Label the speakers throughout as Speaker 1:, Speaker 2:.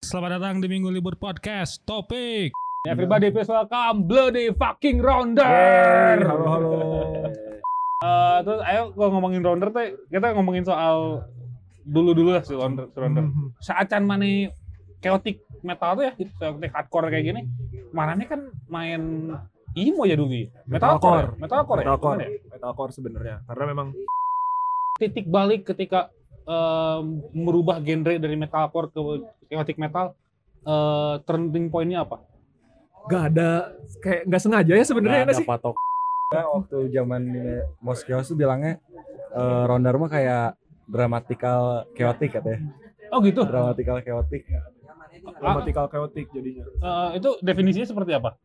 Speaker 1: selamat datang di Minggu Libur Podcast. Topik.
Speaker 2: Ya, Everybody please welcome Bloody fucking Rounder.
Speaker 3: Yeay, halo, halo.
Speaker 2: Eh, terus ayo kalau ngomongin Rounder teh kita ngomongin soal dulu-dulu lah si Rounder, si Rounder.
Speaker 3: Hmm.
Speaker 2: Saacan mana chaotic metal tuh ya, gitu, chaotic hardcore kayak gini. Mana nih kan main emo ya dulu ya. Metalcore, ya? metalcore, ya?
Speaker 3: Metalcore.
Speaker 2: Bener ya?
Speaker 3: metalcore sebenarnya karena memang
Speaker 2: Titik balik ketika eh, merubah genre dari metalcore ke chaotic metal eh turning point-nya apa?
Speaker 3: nggak ada kayak nggak sengaja ya sebenarnya
Speaker 4: Nggak
Speaker 3: ya sih
Speaker 4: ada patok
Speaker 5: Karena waktu zaman di Moskios tuh bilangnya eh Rondar mah kayak dramatikal chaotic katanya.
Speaker 2: Oh gitu.
Speaker 5: Dramatikal chaotic.
Speaker 2: Ah,
Speaker 3: vertikal chaotic jadinya
Speaker 2: eh, itu definisinya seperti apa?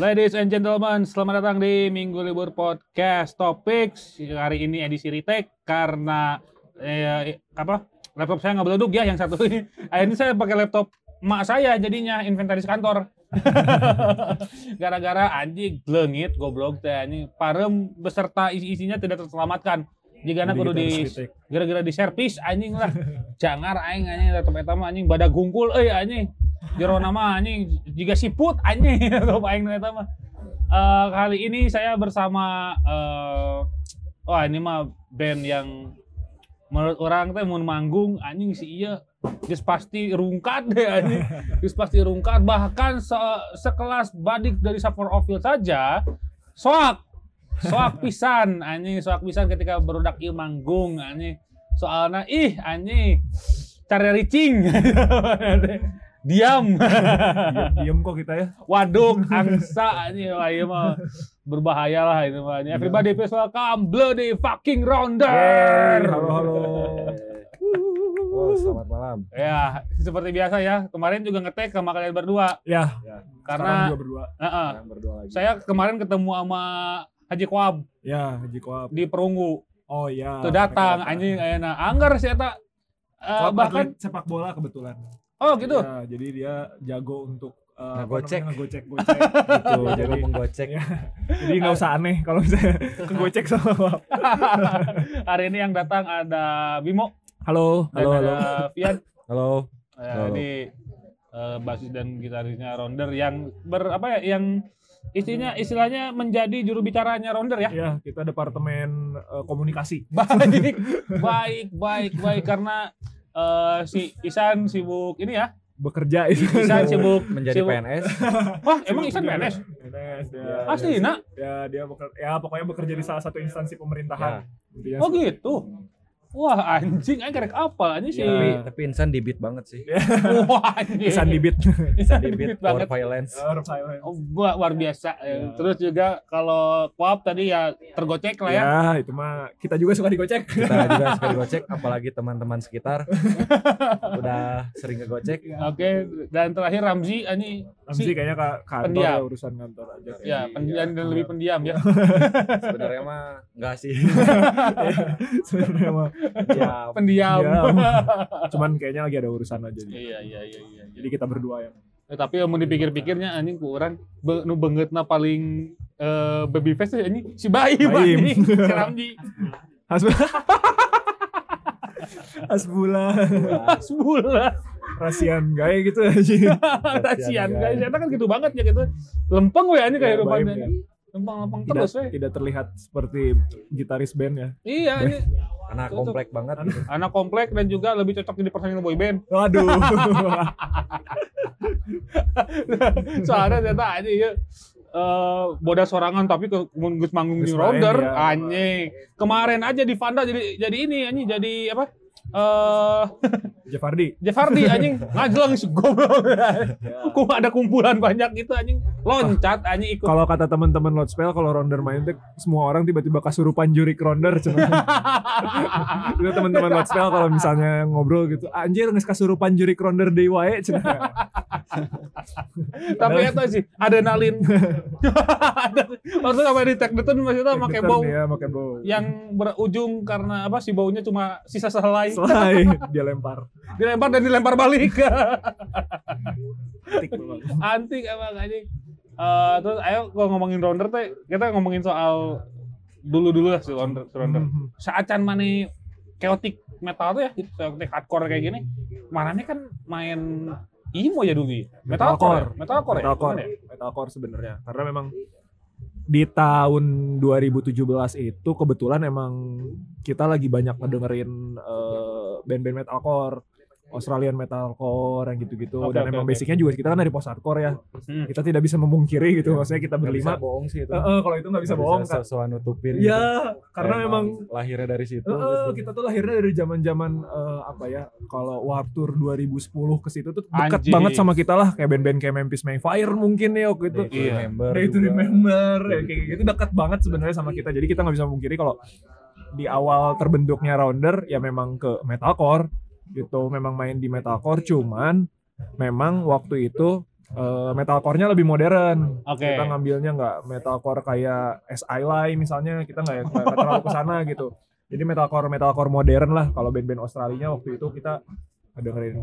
Speaker 2: Ladies and gentlemen, selamat datang di Minggu Libur Podcast Topics. Hari ini edisi retake karena eh, apa? Laptop saya nggak beleduk ya yang satu ini. Akhirnya saya pakai laptop mak saya jadinya inventaris kantor. Gara-gara anjing lengit goblok teh anjing parem beserta isi-isinya tidak terselamatkan. Jika anak kudu di gara-gara di servis anjing lah jangar aing anjing laptop eta mah anjing badak gungkul euy anjing jero nama anjing jika siput anjing laptop aing nu eta mah Eh, kali ini saya bersama eh wah ini mah band yang menurut orang teh mun manggung anjing si iya Terus pasti rungkat deh anjing. Terus pasti rungkat bahkan se- sekelas badik dari Safor Ovil saja soak soak pisan anjing soak pisan ketika berudak ieu manggung anjing soalnya ih anjing cari ricing diam
Speaker 3: diem kok kita ya
Speaker 2: waduk angsa anjing wah ieu mah berbahaya lah itu mah anjing
Speaker 3: Iya.
Speaker 2: everybody please welcome bloody fucking rounder
Speaker 3: Yeay, halo halo
Speaker 5: Oh, selamat malam.
Speaker 2: ya seperti biasa ya kemarin juga ngetek sama kalian berdua
Speaker 3: ya sekarang
Speaker 2: karena
Speaker 3: juga berdua
Speaker 2: Heeh.
Speaker 5: Sekarang berdua lagi.
Speaker 2: saya kemarin ketemu sama Haji Koab
Speaker 3: ya Haji Koap
Speaker 2: di Perunggu
Speaker 3: oh ya
Speaker 2: tuh datang anjing ayeuna anggar sih eta Eh, bahkan
Speaker 3: bahkan sepak bola kebetulan
Speaker 2: oh gitu
Speaker 3: ya, jadi dia jago untuk eh, apa
Speaker 5: Ngegocek.
Speaker 3: namanya, ngegocek gocek gitu
Speaker 5: Tuh,
Speaker 3: jadi
Speaker 5: jago menggocek.
Speaker 3: jadi nggak usah aneh kalau misalnya kegocek sama Koap.
Speaker 2: Hari ini yang datang ada Bimo
Speaker 3: halo
Speaker 2: dan ada Fian.
Speaker 5: Halo.
Speaker 2: Ya,
Speaker 5: Halo.
Speaker 2: Ini eh, basis dan gitarisnya Rounder yang ber apa ya yang istinya istilahnya menjadi juru bicaranya Rounder ya.
Speaker 3: ya kita departemen eh, komunikasi
Speaker 2: Baik, baik, baik, baik karena eh, si Isan sibuk ini ya.
Speaker 3: bekerja
Speaker 2: Isan sibuk
Speaker 5: Menjadi
Speaker 2: sibuk-
Speaker 5: PNS.
Speaker 2: Wah, emang Isan PNS?
Speaker 3: PNS ya.
Speaker 2: Asli, nak.
Speaker 3: Ya dia beker, ya pokoknya bekerja di salah satu instansi pemerintahan. Intinya
Speaker 2: Oh gitu.
Speaker 3: seperti itu.
Speaker 2: Wah, anjing anjing kerek apa anjing sih?
Speaker 5: Tapi
Speaker 3: Iya.
Speaker 5: tapi insan dibit banget sih.
Speaker 2: Wah, anjing.
Speaker 3: Pisan dibit.
Speaker 5: Insan
Speaker 2: Dibit
Speaker 5: dibit
Speaker 2: banget.
Speaker 5: power violence.
Speaker 3: Earth Island.
Speaker 2: Oh, luar, luar biasa. Eh,
Speaker 3: Ya.
Speaker 2: Terus juga kalau kuap tadi ya tergocek lah ya.
Speaker 3: Ya, itu mah kita juga suka digocek.
Speaker 5: Kita juga sekali gocek apalagi teman-teman sekitar udah sering ngegocek.
Speaker 3: Iya.
Speaker 2: Oke, dan terakhir Ramzi ini
Speaker 3: Ramzi
Speaker 2: si,
Speaker 3: kayaknya ke kantor
Speaker 2: Pendiam.
Speaker 3: ya urusan kantor aja.
Speaker 2: ya pendiam dan
Speaker 3: Iya.
Speaker 2: lebih pendiam ya.
Speaker 5: Sebenarnya mah enggak sih.
Speaker 3: Sebenarnya mah.
Speaker 2: Pendiam.
Speaker 5: Ya,
Speaker 3: Pendiam. Iya. Cuman kayaknya lagi ada urusan aja nih.
Speaker 2: Iya, iya, iya, iya.
Speaker 3: Jadi kita berdua yang
Speaker 2: Eh, tapi
Speaker 3: Iya.
Speaker 2: yang mau dipikir-pikirnya anjing ku orang be, nu beungeutna paling eh baby face teh anjing si Baim
Speaker 3: Baim.
Speaker 2: anjing, si Ramzi.
Speaker 3: Hasbula. Hasbula.
Speaker 2: Iya. Sebulan.
Speaker 3: Rasian gaya gitu aja.
Speaker 2: Kasihan guys, eta kan gitu banget ya gitu. Lempeng we anjing
Speaker 3: Ya, Baim,
Speaker 2: kehidupannya.
Speaker 3: ya.
Speaker 2: Lempeng-lempeng
Speaker 3: Tidak,
Speaker 2: terus we.
Speaker 3: tidak terlihat seperti gitaris band ya.
Speaker 2: Iya, anjing.
Speaker 5: anak komplek banget. gitu.
Speaker 2: anak komplek dan juga lebih cocok jadi personil boyband.
Speaker 3: Waduh.
Speaker 2: soalnya ternyata anjing ya eh bodas sorangan tapi ke mun geus manggung di
Speaker 3: Geus main
Speaker 2: Rounder
Speaker 3: dia.
Speaker 2: anjing kemarin aja di Vanda jadi jadi ini anjing jadi apa eh
Speaker 3: Jafardi.
Speaker 2: Jefardi anjing ngajleng si goblok. Ku ada kumpulan banyak gitu anjing loncat anjing ikut.
Speaker 3: Kalau kata teman-teman Lotspel kalau Ronder main tuh semua orang tiba-tiba kasurupan jurik Ronder cuman. Itu teman-teman Lotspel kalau misalnya ngobrol gitu, anjir nges kasurupan jurik Ronder deui wae cenah.
Speaker 2: Tapi itu sih adrenalin. Waktu sampai di tag itu masih tuh pakai bau
Speaker 3: Iya, make bau.
Speaker 2: yang berujung karena apa si baunya cuma sisa selai
Speaker 3: Selai dia lempar.
Speaker 2: dilempar dan dilempar balik.
Speaker 3: Tik banget.
Speaker 2: Antik emang anjing. Eh, terus ayo kalau ngomongin rounder teh kita ngomongin soal dulu-dulu lah si rounder, si rounder.
Speaker 3: Mhm.
Speaker 2: seacan mana chaotic metal tuh ya gitu, chaotic hardcore kayak gini mana nih kan main emo ya dulu ya metalcore
Speaker 3: Metalcore.
Speaker 2: ya? metalcore ya?
Speaker 3: metalcore,
Speaker 2: Bener ya?
Speaker 3: metalcore sebenarnya. Karena memang di tahun 2017 itu kebetulan emang kita lagi banyak ngedengerin eh, band-band metalcore, Australian metalcore yang gitu-gitu.
Speaker 2: Oke,
Speaker 3: Dan
Speaker 2: oke,
Speaker 3: emang
Speaker 2: oke.
Speaker 3: basicnya juga kita kan dari post hardcore ya.
Speaker 2: Hmm.
Speaker 3: Kita tidak bisa memungkiri gitu. Maksudnya kita
Speaker 5: Nggak bisa
Speaker 3: berlima.
Speaker 5: bohong sih itu
Speaker 3: Eh, eh, kalau itu nggak bisa bohong kan.
Speaker 5: so nutupin gitu.
Speaker 3: Ya, karena
Speaker 5: Kayak
Speaker 3: memang
Speaker 5: lahirnya dari situ
Speaker 3: Eh, eh,
Speaker 5: gitu.
Speaker 3: kita tuh lahirnya dari zaman-zaman eh, apa ya? Kalau Warp Tour 2010 ke situ tuh dekat
Speaker 2: Anjing.
Speaker 3: banget sama kita lah kayak band-band kayak Memphis Mayfire mungkin ya waktu itu.
Speaker 5: Day to
Speaker 2: Iya.
Speaker 5: remember
Speaker 3: Day to
Speaker 5: juga.
Speaker 3: remember ya, kayak gitu dekat banget sebenarnya sama kita. Jadi kita nggak bisa memungkiri kalau di awal terbentuknya rounder ya memang ke metalcore gitu, memang main di metalcore cuman memang waktu itu eh, metalcore-nya lebih modern
Speaker 2: oke
Speaker 3: kita ngambilnya nggak metalcore kayak SI Lai misalnya kita nggak nggak- nggak terlalu ke sana gitu jadi metalcore metalcore modern lah kalau band-band Australia waktu itu kita dengerin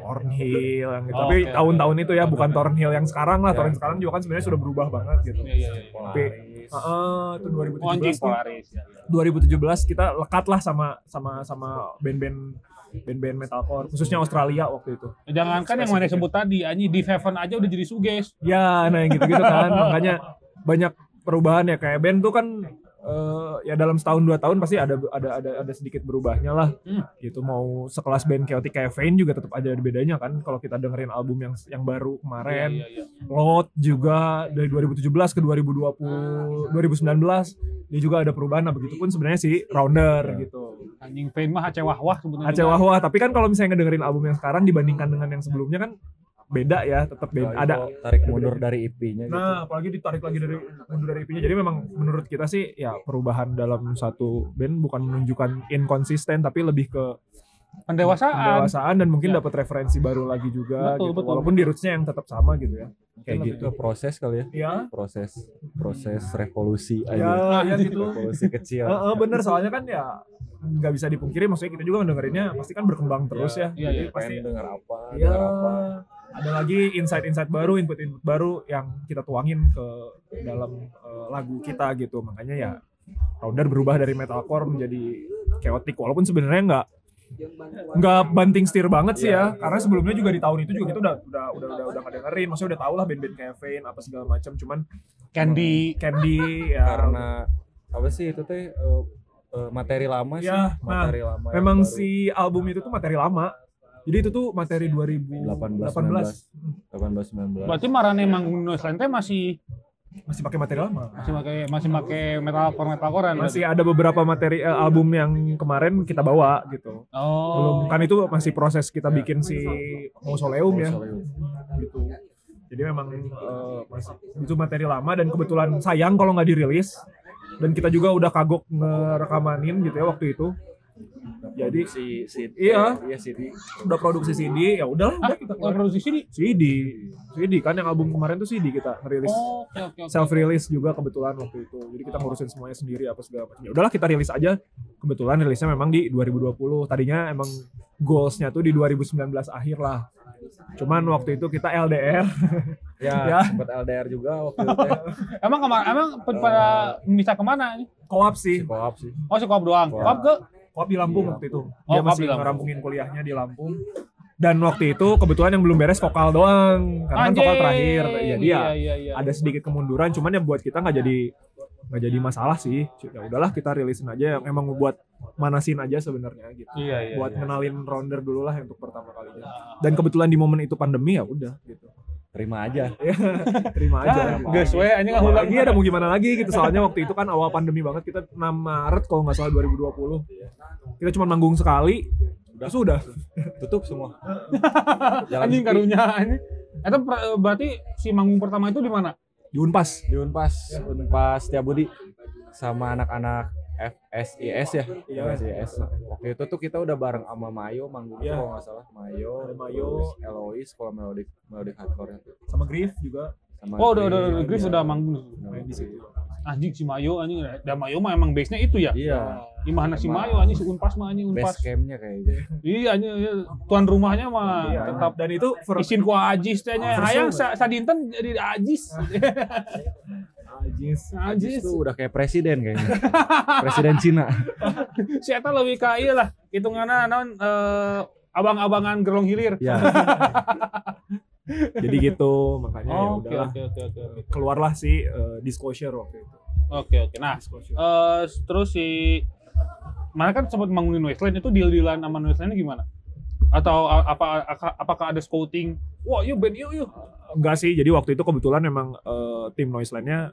Speaker 3: Thornhill yang gitu.
Speaker 2: Oh,
Speaker 3: tapi
Speaker 2: oke.
Speaker 3: tahun-tahun itu ya bukan Thornhill yang sekarang lah
Speaker 5: Ya.
Speaker 3: Thornhill sekarang juga kan sebenarnya sudah berubah banget gitu
Speaker 2: Iya, iya, iya.
Speaker 5: Polaris.
Speaker 3: Tapi- Heeh, itu
Speaker 2: Oh, anjing
Speaker 3: 2017 tuh,
Speaker 2: polaris iya.
Speaker 3: 2017 kita lekat lah sama sama sama band-band band-band metalcore khususnya Australia waktu itu
Speaker 2: jangankan yang mana sebut tadi anjing di heaven aja udah jadi suges
Speaker 3: Ya, nah yang gitu-gitu kan. Makanya banyak perubahan ya kayak band tuh kan eh, ya dalam setahun dua tahun pasti ada ada ada ada sedikit berubahnya lah.
Speaker 2: Hmm.
Speaker 3: Gitu mau sekelas band Chaotic kayak Vane juga tetap ada bedanya kan kalau kita dengerin album yang yang
Speaker 2: Iya,
Speaker 3: baru kemarin.
Speaker 2: iya, iya.
Speaker 3: Lot juga dari 2017 ke 2020 2019 dia juga ada perubahan nah begitupun sebenarnya si Rounder
Speaker 2: Iya.
Speaker 3: gitu.
Speaker 2: anjing pain mah aceh wah wah sebenarnya
Speaker 3: Aceh Wah Wah. Tapi kan kalau misalnya ngedengerin album yang sekarang dibandingkan dengan yang sebelumnya kan beda ya, tetap beda.
Speaker 2: iya.
Speaker 3: Ada
Speaker 5: Kalau tarik mundur dari IP-nya gitu
Speaker 3: Nah, apalagi ditarik lagi dari mundur dari IP-nya. Jadi memang menurut kita sih ya perubahan dalam satu band bukan menunjukkan inkonsisten tapi lebih ke
Speaker 2: pendewasaan
Speaker 3: pendewasaan dan mungkin
Speaker 2: Ya.
Speaker 3: dapat referensi baru lagi juga
Speaker 2: Betul,
Speaker 3: gitu.
Speaker 2: betul.
Speaker 3: Walaupun di roots-nya yang tetap sama gitu ya.
Speaker 5: kayak gitu proses kali ya
Speaker 2: Iya.
Speaker 3: Ya,
Speaker 5: proses proses revolusi
Speaker 3: ya,
Speaker 5: aja
Speaker 2: Ah, iya
Speaker 3: ya gitu.
Speaker 5: revolusi kecil
Speaker 3: Heeh, bener soalnya kan ya nggak bisa dipungkiri maksudnya kita juga ngedengerinnya pasti kan berkembang terus ya.
Speaker 2: iya,
Speaker 3: Jadi
Speaker 2: iya.
Speaker 3: pasti
Speaker 5: pengen denger apa
Speaker 3: ya,
Speaker 5: denger apa
Speaker 3: ada lagi insight-insight baru, input-input baru yang kita tuangin ke dalam eh, lagu kita gitu. Makanya ya Rounder berubah dari metalcore menjadi chaotic walaupun sebenarnya nggak nggak banting setir banget sih ya
Speaker 5: Iya.
Speaker 3: karena sebelumnya juga di tahun itu juga kita udah udah udah udah udah ngedengerin maksudnya udah tau lah band-band kayak Vane apa segala macam cuman
Speaker 2: candy
Speaker 3: Candy ya
Speaker 5: karena apa sih itu teh eh, eh, materi lama sih
Speaker 3: Ya, nah,
Speaker 5: materi lama yang
Speaker 3: memang
Speaker 5: baru.
Speaker 3: si album itu tuh materi lama jadi itu tuh materi 2018
Speaker 5: 18, 18 19
Speaker 2: berarti marane emang Noisland teh masih
Speaker 3: masih pakai materi lama
Speaker 2: masih pakai masih pakai metalcore metalcorean
Speaker 3: masih ada beberapa materi eh, album yang kemarin kita bawa gitu
Speaker 2: berarti. oh
Speaker 3: belum kan itu masih proses kita bikin si mausoleum ya
Speaker 5: Mausoleum.
Speaker 3: gitu jadi memang eh, masih itu materi lama dan kebetulan sayang kalau nggak dirilis dan kita juga udah kagok ngerekamanin gitu ya waktu itu jadi
Speaker 5: si si
Speaker 3: Iya.
Speaker 5: iya CD
Speaker 3: udah produksi CD ya udahlah
Speaker 2: ah
Speaker 3: udah kita
Speaker 2: nggak
Speaker 3: keluarin.
Speaker 2: produksi sini
Speaker 3: CD CD kan yang album kemarin tuh CD kita ngerilis
Speaker 2: oh oke oke oke.
Speaker 3: self release juga kebetulan waktu itu. Jadi kita ngurusin semuanya sendiri apa segala macam. Ya Udahlah kita rilis aja. Kebetulan rilisnya memang di 2020. Tadinya emang goalsnya tuh di 2019 akhir lah. Cuman waktu itu kita LDR.
Speaker 5: ya,
Speaker 3: Ya.
Speaker 5: sempat LDR juga waktu itu teh
Speaker 2: Emang kemana? Emang pe- pada bisa kemana? ini?
Speaker 3: Koap
Speaker 5: si
Speaker 3: sih.
Speaker 5: koap sih
Speaker 2: Oh si Koab doang.
Speaker 5: Koab.
Speaker 2: Koab ke?
Speaker 3: Koap di Lampung waktu itu.
Speaker 2: Oh, Koap
Speaker 3: Dia
Speaker 2: di
Speaker 3: masih
Speaker 2: Lampung.
Speaker 3: ngerampungin kuliahnya di Lampung. Dan waktu itu kebetulan yang belum beres vokal doang. Karena kan vokal
Speaker 2: Anjing.
Speaker 3: terakhir. Jadi ya
Speaker 2: iya, iya.
Speaker 3: ada sedikit kemunduran cuman yang buat kita nggak jadi nggak jadi masalah sih ya udahlah kita rilisin aja yang emang buat manasin aja sebenarnya gitu
Speaker 2: Iya, iya,
Speaker 3: buat
Speaker 2: iya. Ah,
Speaker 3: kenalin rounder dulu lah untuk pertama kalinya dan kebetulan di momen itu pandemi ya udah gitu
Speaker 5: terima aja
Speaker 2: Ah,
Speaker 3: terima aja apa.
Speaker 2: geus we anjing lah ulang.
Speaker 3: lagi ada mau gimana lagi gitu soalnya waktu itu kan
Speaker 2: Iya.
Speaker 3: awal pandemi banget kita 6 Maret kalau nggak salah 2020 kita cuma manggung sekali ya Sudah.
Speaker 5: Udah. tutup semua Jalan
Speaker 2: anjing
Speaker 5: sepi.
Speaker 2: karunya anjing. Itu per- berarti si manggung pertama itu di mana?
Speaker 3: Di Unpas.
Speaker 5: di Unpas Unpas Setiabudi sama anak-anak FSIS ya
Speaker 3: Iya.
Speaker 5: FSIS waktu itu tuh kita udah bareng sama Mayo manggung
Speaker 3: Iya.
Speaker 5: tuh kalau nggak salah Mayo
Speaker 3: Ada Mayo.
Speaker 5: terus Elois kalau melodic melodic hardcore itu
Speaker 3: Sama Griff juga
Speaker 5: sama
Speaker 2: Oh, udah udah
Speaker 5: Griff.
Speaker 2: udah Griff
Speaker 5: Iya.
Speaker 2: udah manggung.
Speaker 3: main di situ.
Speaker 2: Anjing si Mayo anjing. Dan Mayo mah emang base-nya itu ya.
Speaker 5: iya
Speaker 2: Di mana si
Speaker 5: Emang.
Speaker 2: Mayo anjing si Unpas mah anjing
Speaker 5: base
Speaker 2: Unpas.
Speaker 5: campnya kayaknya
Speaker 2: Iya anjing iya. tuan rumahnya mah
Speaker 3: Iya,
Speaker 2: Ah, tetap
Speaker 3: dan itu for
Speaker 2: isin ku Ajis tehnya.
Speaker 3: Overshow,
Speaker 2: Hayang
Speaker 3: Bang.
Speaker 2: sa, sadinten jadi Ajis.
Speaker 3: Ah, Ajis.
Speaker 5: Ajis
Speaker 2: Ajis.
Speaker 5: tuh udah kayak presiden kayaknya presiden Cina
Speaker 2: Si eta leuwih ka ieu lah hitunganna naon eh, abang-abangan gerong hilir.
Speaker 5: ya
Speaker 3: Jadi gitu makanya ya
Speaker 2: Oh, Oke
Speaker 3: udahlah
Speaker 2: oke oke oke.
Speaker 3: keluarlah si eh, disclosure waktu itu.
Speaker 2: Oke oke. Nah,
Speaker 3: Disclosure.
Speaker 2: eh terus si mana kan sempat bangunin Westland itu deal dealan sama Westland gimana? Atau a- apa a- apakah ada scouting? Wah, yuk band yuk yuk.
Speaker 3: Enggak sih, jadi waktu itu kebetulan memang eh, tim Noiseland-nya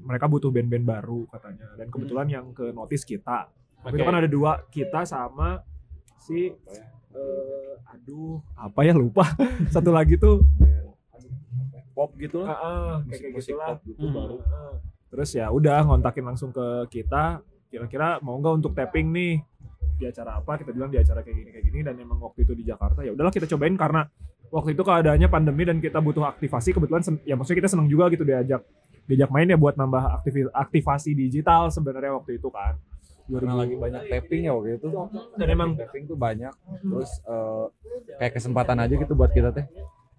Speaker 3: mereka butuh band-band baru katanya dan
Speaker 5: Hmm.
Speaker 3: kebetulan yang ke notice kita. Waktu Itu
Speaker 2: Oke.
Speaker 3: kan ada dua kita sama si
Speaker 5: ya?
Speaker 3: eh, aduh apa ya lupa satu lagi tuh
Speaker 5: pop gitu lah
Speaker 3: ah, ah, kayak
Speaker 5: musik musik
Speaker 3: gitulah.
Speaker 5: pop gitu
Speaker 2: Hmm.
Speaker 5: baru
Speaker 3: Ah. terus ya udah ngontakin langsung ke kita kira-kira mau nggak untuk tapping nih di acara apa kita bilang di acara kayak gini kayak gini dan emang waktu itu di Jakarta ya udahlah kita cobain karena waktu itu keadaannya pandemi dan kita butuh aktivasi kebetulan sen- ya maksudnya kita seneng juga gitu diajak diajak main ya buat nambah aktivi- aktivasi digital sebenarnya waktu itu kan
Speaker 5: karena lagi banyak tapping ya waktu itu
Speaker 3: dan emang
Speaker 5: tapping tuh banyak terus eh, kayak kesempatan aja gitu buat kita teh